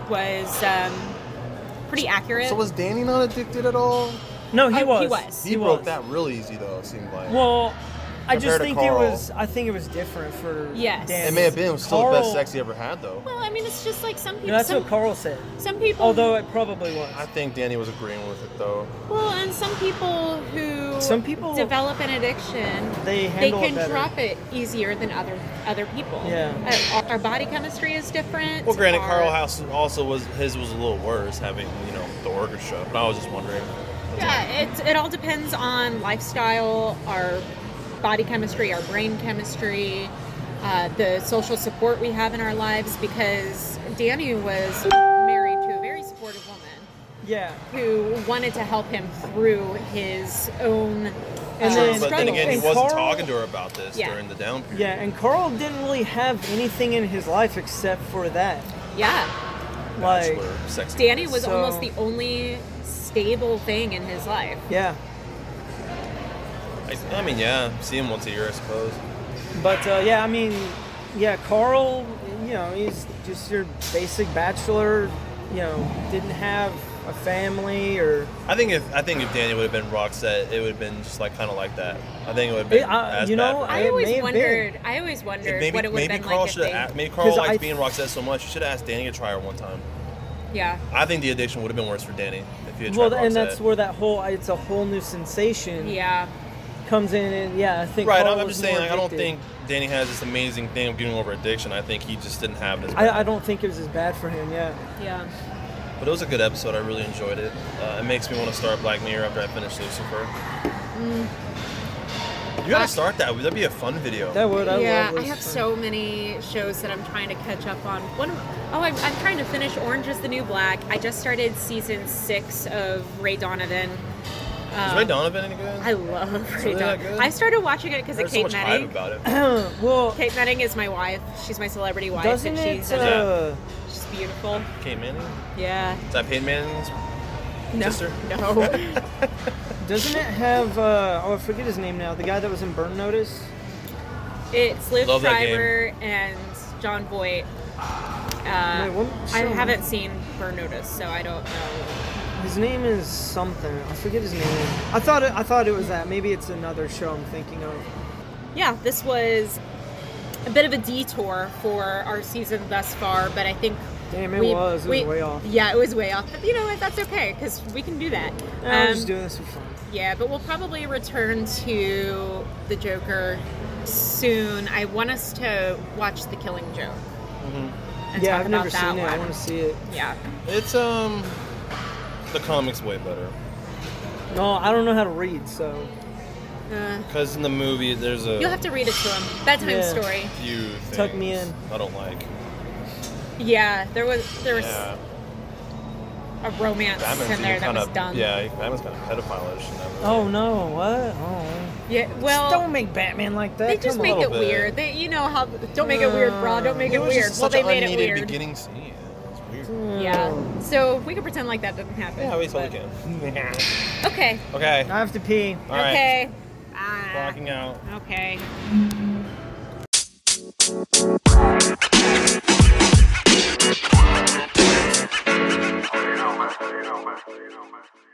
[SPEAKER 2] was um, pretty accurate.
[SPEAKER 3] So was Danny not addicted at all?
[SPEAKER 4] No, he
[SPEAKER 2] Oh, he
[SPEAKER 4] was.
[SPEAKER 2] was.
[SPEAKER 3] He, broke that real easy though. It seemed like.
[SPEAKER 4] Well, I
[SPEAKER 3] Compared
[SPEAKER 4] just
[SPEAKER 3] to
[SPEAKER 4] think
[SPEAKER 3] Carl.
[SPEAKER 4] it was. I think it was different for.
[SPEAKER 2] Yes.
[SPEAKER 4] Dan.
[SPEAKER 3] it may have been. It was still the best
[SPEAKER 4] Carl-
[SPEAKER 3] sex he ever had though.
[SPEAKER 2] well, I mean, it's just like some people.
[SPEAKER 4] No, that's
[SPEAKER 2] some,
[SPEAKER 4] what Carl said.
[SPEAKER 2] some people.
[SPEAKER 4] Although it probably was.
[SPEAKER 3] I think Danny was agreeing with it though.
[SPEAKER 2] well, and some people who
[SPEAKER 4] Some people-
[SPEAKER 2] develop an addiction.
[SPEAKER 4] they
[SPEAKER 2] They
[SPEAKER 4] handle
[SPEAKER 2] can
[SPEAKER 4] it better.
[SPEAKER 2] drop it easier than other other people.
[SPEAKER 4] Yeah.
[SPEAKER 2] Uh, our, our body chemistry is different.
[SPEAKER 3] Well, granted,
[SPEAKER 2] Our-
[SPEAKER 3] Carl House also was his was a little worse, having you know the orchestra. But I was just wondering.
[SPEAKER 2] Yeah, it, it all depends on lifestyle, our body chemistry, our brain chemistry, uh, the social support we have in our lives. Because Danny was married to a very supportive woman
[SPEAKER 4] Yeah.
[SPEAKER 2] who wanted to help him through his own.
[SPEAKER 4] And
[SPEAKER 3] But
[SPEAKER 4] then-
[SPEAKER 2] uh,
[SPEAKER 3] then
[SPEAKER 2] struggles.
[SPEAKER 3] again, he
[SPEAKER 4] And
[SPEAKER 3] wasn't
[SPEAKER 4] Carl-
[SPEAKER 3] talking to her about this
[SPEAKER 2] Yeah.
[SPEAKER 3] during the down period.
[SPEAKER 4] Yeah, and Carl didn't really have anything in his life except for that.
[SPEAKER 2] yeah,
[SPEAKER 3] That's
[SPEAKER 4] Like,
[SPEAKER 3] where sex
[SPEAKER 2] Danny was
[SPEAKER 4] So-
[SPEAKER 2] almost the only stable thing in his life.
[SPEAKER 4] yeah.
[SPEAKER 3] I, I mean, yeah, see him once a year, I suppose.
[SPEAKER 4] But uh, yeah, I mean, yeah, Carl, you know, he's just your basic bachelor. You know, didn't have a family or
[SPEAKER 3] I think if I think if Danny would have been Roxette, it would have been just like kind of like that. I think it would have been.
[SPEAKER 4] It- I-
[SPEAKER 3] as
[SPEAKER 4] you
[SPEAKER 3] bad
[SPEAKER 4] know,
[SPEAKER 3] for
[SPEAKER 4] I
[SPEAKER 3] him.
[SPEAKER 2] I
[SPEAKER 4] It
[SPEAKER 2] always
[SPEAKER 4] may have
[SPEAKER 2] wondered. I always wondered
[SPEAKER 3] maybe
[SPEAKER 2] what it would have
[SPEAKER 3] maybe
[SPEAKER 2] been
[SPEAKER 3] Carl
[SPEAKER 2] like if
[SPEAKER 3] should
[SPEAKER 2] they.
[SPEAKER 3] have maybe Carl
[SPEAKER 4] 'Cause
[SPEAKER 3] liked
[SPEAKER 4] I-
[SPEAKER 3] being Roxette so much. He should have asked Danny to try her one time.
[SPEAKER 2] yeah.
[SPEAKER 3] I think the addiction would have been worse for Danny if he had tried
[SPEAKER 4] well,
[SPEAKER 3] Roxette.
[SPEAKER 4] and that's where that whole it's a whole new sensation
[SPEAKER 2] Yeah.
[SPEAKER 4] comes in, and yeah, I think
[SPEAKER 3] right.
[SPEAKER 4] Carl
[SPEAKER 3] I'm, I'm
[SPEAKER 4] was
[SPEAKER 3] just saying,
[SPEAKER 4] more
[SPEAKER 3] like, I don't
[SPEAKER 4] addicted.
[SPEAKER 3] think Danny has this amazing thing of getting over addiction. I think he just didn't have it as bad.
[SPEAKER 4] I, I don't think it was as bad for him. Yeah,
[SPEAKER 2] Yeah.
[SPEAKER 3] But it was a good episode. I really enjoyed it. Uh, it makes me want to start Black Mirror after I finish Lucifer.
[SPEAKER 2] Mm.
[SPEAKER 3] You gotta start that. That'd be a fun video.
[SPEAKER 4] that would. I
[SPEAKER 2] yeah,
[SPEAKER 4] love
[SPEAKER 2] I
[SPEAKER 4] Lucifer.
[SPEAKER 2] have so many shows that I'm trying to catch up on. One, of- oh, I'm, I'm trying to finish Orange Is the New Black. I just started season six of Ray Donovan.
[SPEAKER 3] Is
[SPEAKER 2] Um,
[SPEAKER 3] Ray Donovan any good?
[SPEAKER 2] I love Ray
[SPEAKER 3] really that
[SPEAKER 2] Donovan.
[SPEAKER 3] good?
[SPEAKER 2] I started watching it because
[SPEAKER 3] There's
[SPEAKER 2] of
[SPEAKER 3] so
[SPEAKER 2] Kate
[SPEAKER 3] much hype
[SPEAKER 2] Medding.
[SPEAKER 3] about it.
[SPEAKER 4] well,
[SPEAKER 2] Kate Medding is my wife. She's my celebrity wife,
[SPEAKER 4] doesn't
[SPEAKER 2] and she's
[SPEAKER 4] it?
[SPEAKER 3] uh,
[SPEAKER 4] Uh,
[SPEAKER 2] she's beautiful.
[SPEAKER 3] Kate Manning?
[SPEAKER 2] Yeah.
[SPEAKER 3] Is that Peyton Manning's?
[SPEAKER 2] No.
[SPEAKER 3] Sister?
[SPEAKER 2] No.
[SPEAKER 4] doesn't it have? Uh, oh, I forget his name now. The guy that was in Burn Notice.
[SPEAKER 2] it's Liv
[SPEAKER 3] Love that game.
[SPEAKER 2] Schreiber and John Voight. Uh,
[SPEAKER 4] Man, what-
[SPEAKER 2] I
[SPEAKER 4] so-
[SPEAKER 2] haven't seen Burn Notice, so I don't know.
[SPEAKER 4] His name is something. I forget his name. I thought it, I thought it was that. Maybe it's another show I'm thinking of.
[SPEAKER 2] yeah, this was a bit of a detour for our season thus far, but I think
[SPEAKER 4] Damn, it
[SPEAKER 2] we-
[SPEAKER 4] was. It was
[SPEAKER 2] we- um,
[SPEAKER 4] way off.
[SPEAKER 2] Yeah, it was way off. But you know what? That's okay because we can do that.
[SPEAKER 4] Nah, we're
[SPEAKER 2] Um,
[SPEAKER 4] just doing this for fun.
[SPEAKER 2] yeah, but we'll probably return to the Joker soon. I want us to watch The Killing Joke. And
[SPEAKER 4] Mm-hmm. Yeah,
[SPEAKER 2] talk
[SPEAKER 4] I've
[SPEAKER 2] about
[SPEAKER 4] never
[SPEAKER 2] that
[SPEAKER 4] seen it. I
[SPEAKER 2] one.
[SPEAKER 4] want to see it.
[SPEAKER 2] Yeah,
[SPEAKER 3] It's um, the comics way better.
[SPEAKER 4] No, I don't know how to read, so
[SPEAKER 2] uh,
[SPEAKER 3] Cause in the movie, there's a
[SPEAKER 2] you'll have to read it to him. Bedtime
[SPEAKER 4] Yeah.
[SPEAKER 2] story.
[SPEAKER 3] few things
[SPEAKER 4] Tuck me in.
[SPEAKER 3] I don't like.
[SPEAKER 2] Yeah, there was there was
[SPEAKER 3] Yeah,
[SPEAKER 2] a romance
[SPEAKER 3] Batman's
[SPEAKER 2] in there
[SPEAKER 3] even
[SPEAKER 2] that
[SPEAKER 3] kind
[SPEAKER 2] was
[SPEAKER 3] of
[SPEAKER 2] done.
[SPEAKER 3] yeah, Batman's kind of pedophile-ish. in that movie.
[SPEAKER 4] Oh no, what? Oh.
[SPEAKER 2] yeah. Well,
[SPEAKER 4] don't make Batman like that.
[SPEAKER 2] They just
[SPEAKER 4] Come
[SPEAKER 2] make
[SPEAKER 4] on.
[SPEAKER 2] it
[SPEAKER 3] Little bit.
[SPEAKER 2] weird. They, you know how don't make it weird, bro. Don't make it,
[SPEAKER 3] It was
[SPEAKER 2] weird.
[SPEAKER 3] just
[SPEAKER 2] Well,
[SPEAKER 3] such
[SPEAKER 2] they
[SPEAKER 3] an
[SPEAKER 2] made it
[SPEAKER 3] unneeded
[SPEAKER 2] weird.
[SPEAKER 3] beginning scene. It's weird.
[SPEAKER 2] Yeah. So we could pretend like that didn't happen.
[SPEAKER 3] Yeah, we
[SPEAKER 2] but-
[SPEAKER 3] totally can.
[SPEAKER 2] Okay.
[SPEAKER 3] okay.
[SPEAKER 4] I have to pee.
[SPEAKER 3] All right.
[SPEAKER 2] okay. Ah,
[SPEAKER 3] Blocking out.
[SPEAKER 2] okay.
[SPEAKER 5] You don't matter, you don't matter, you don't matter.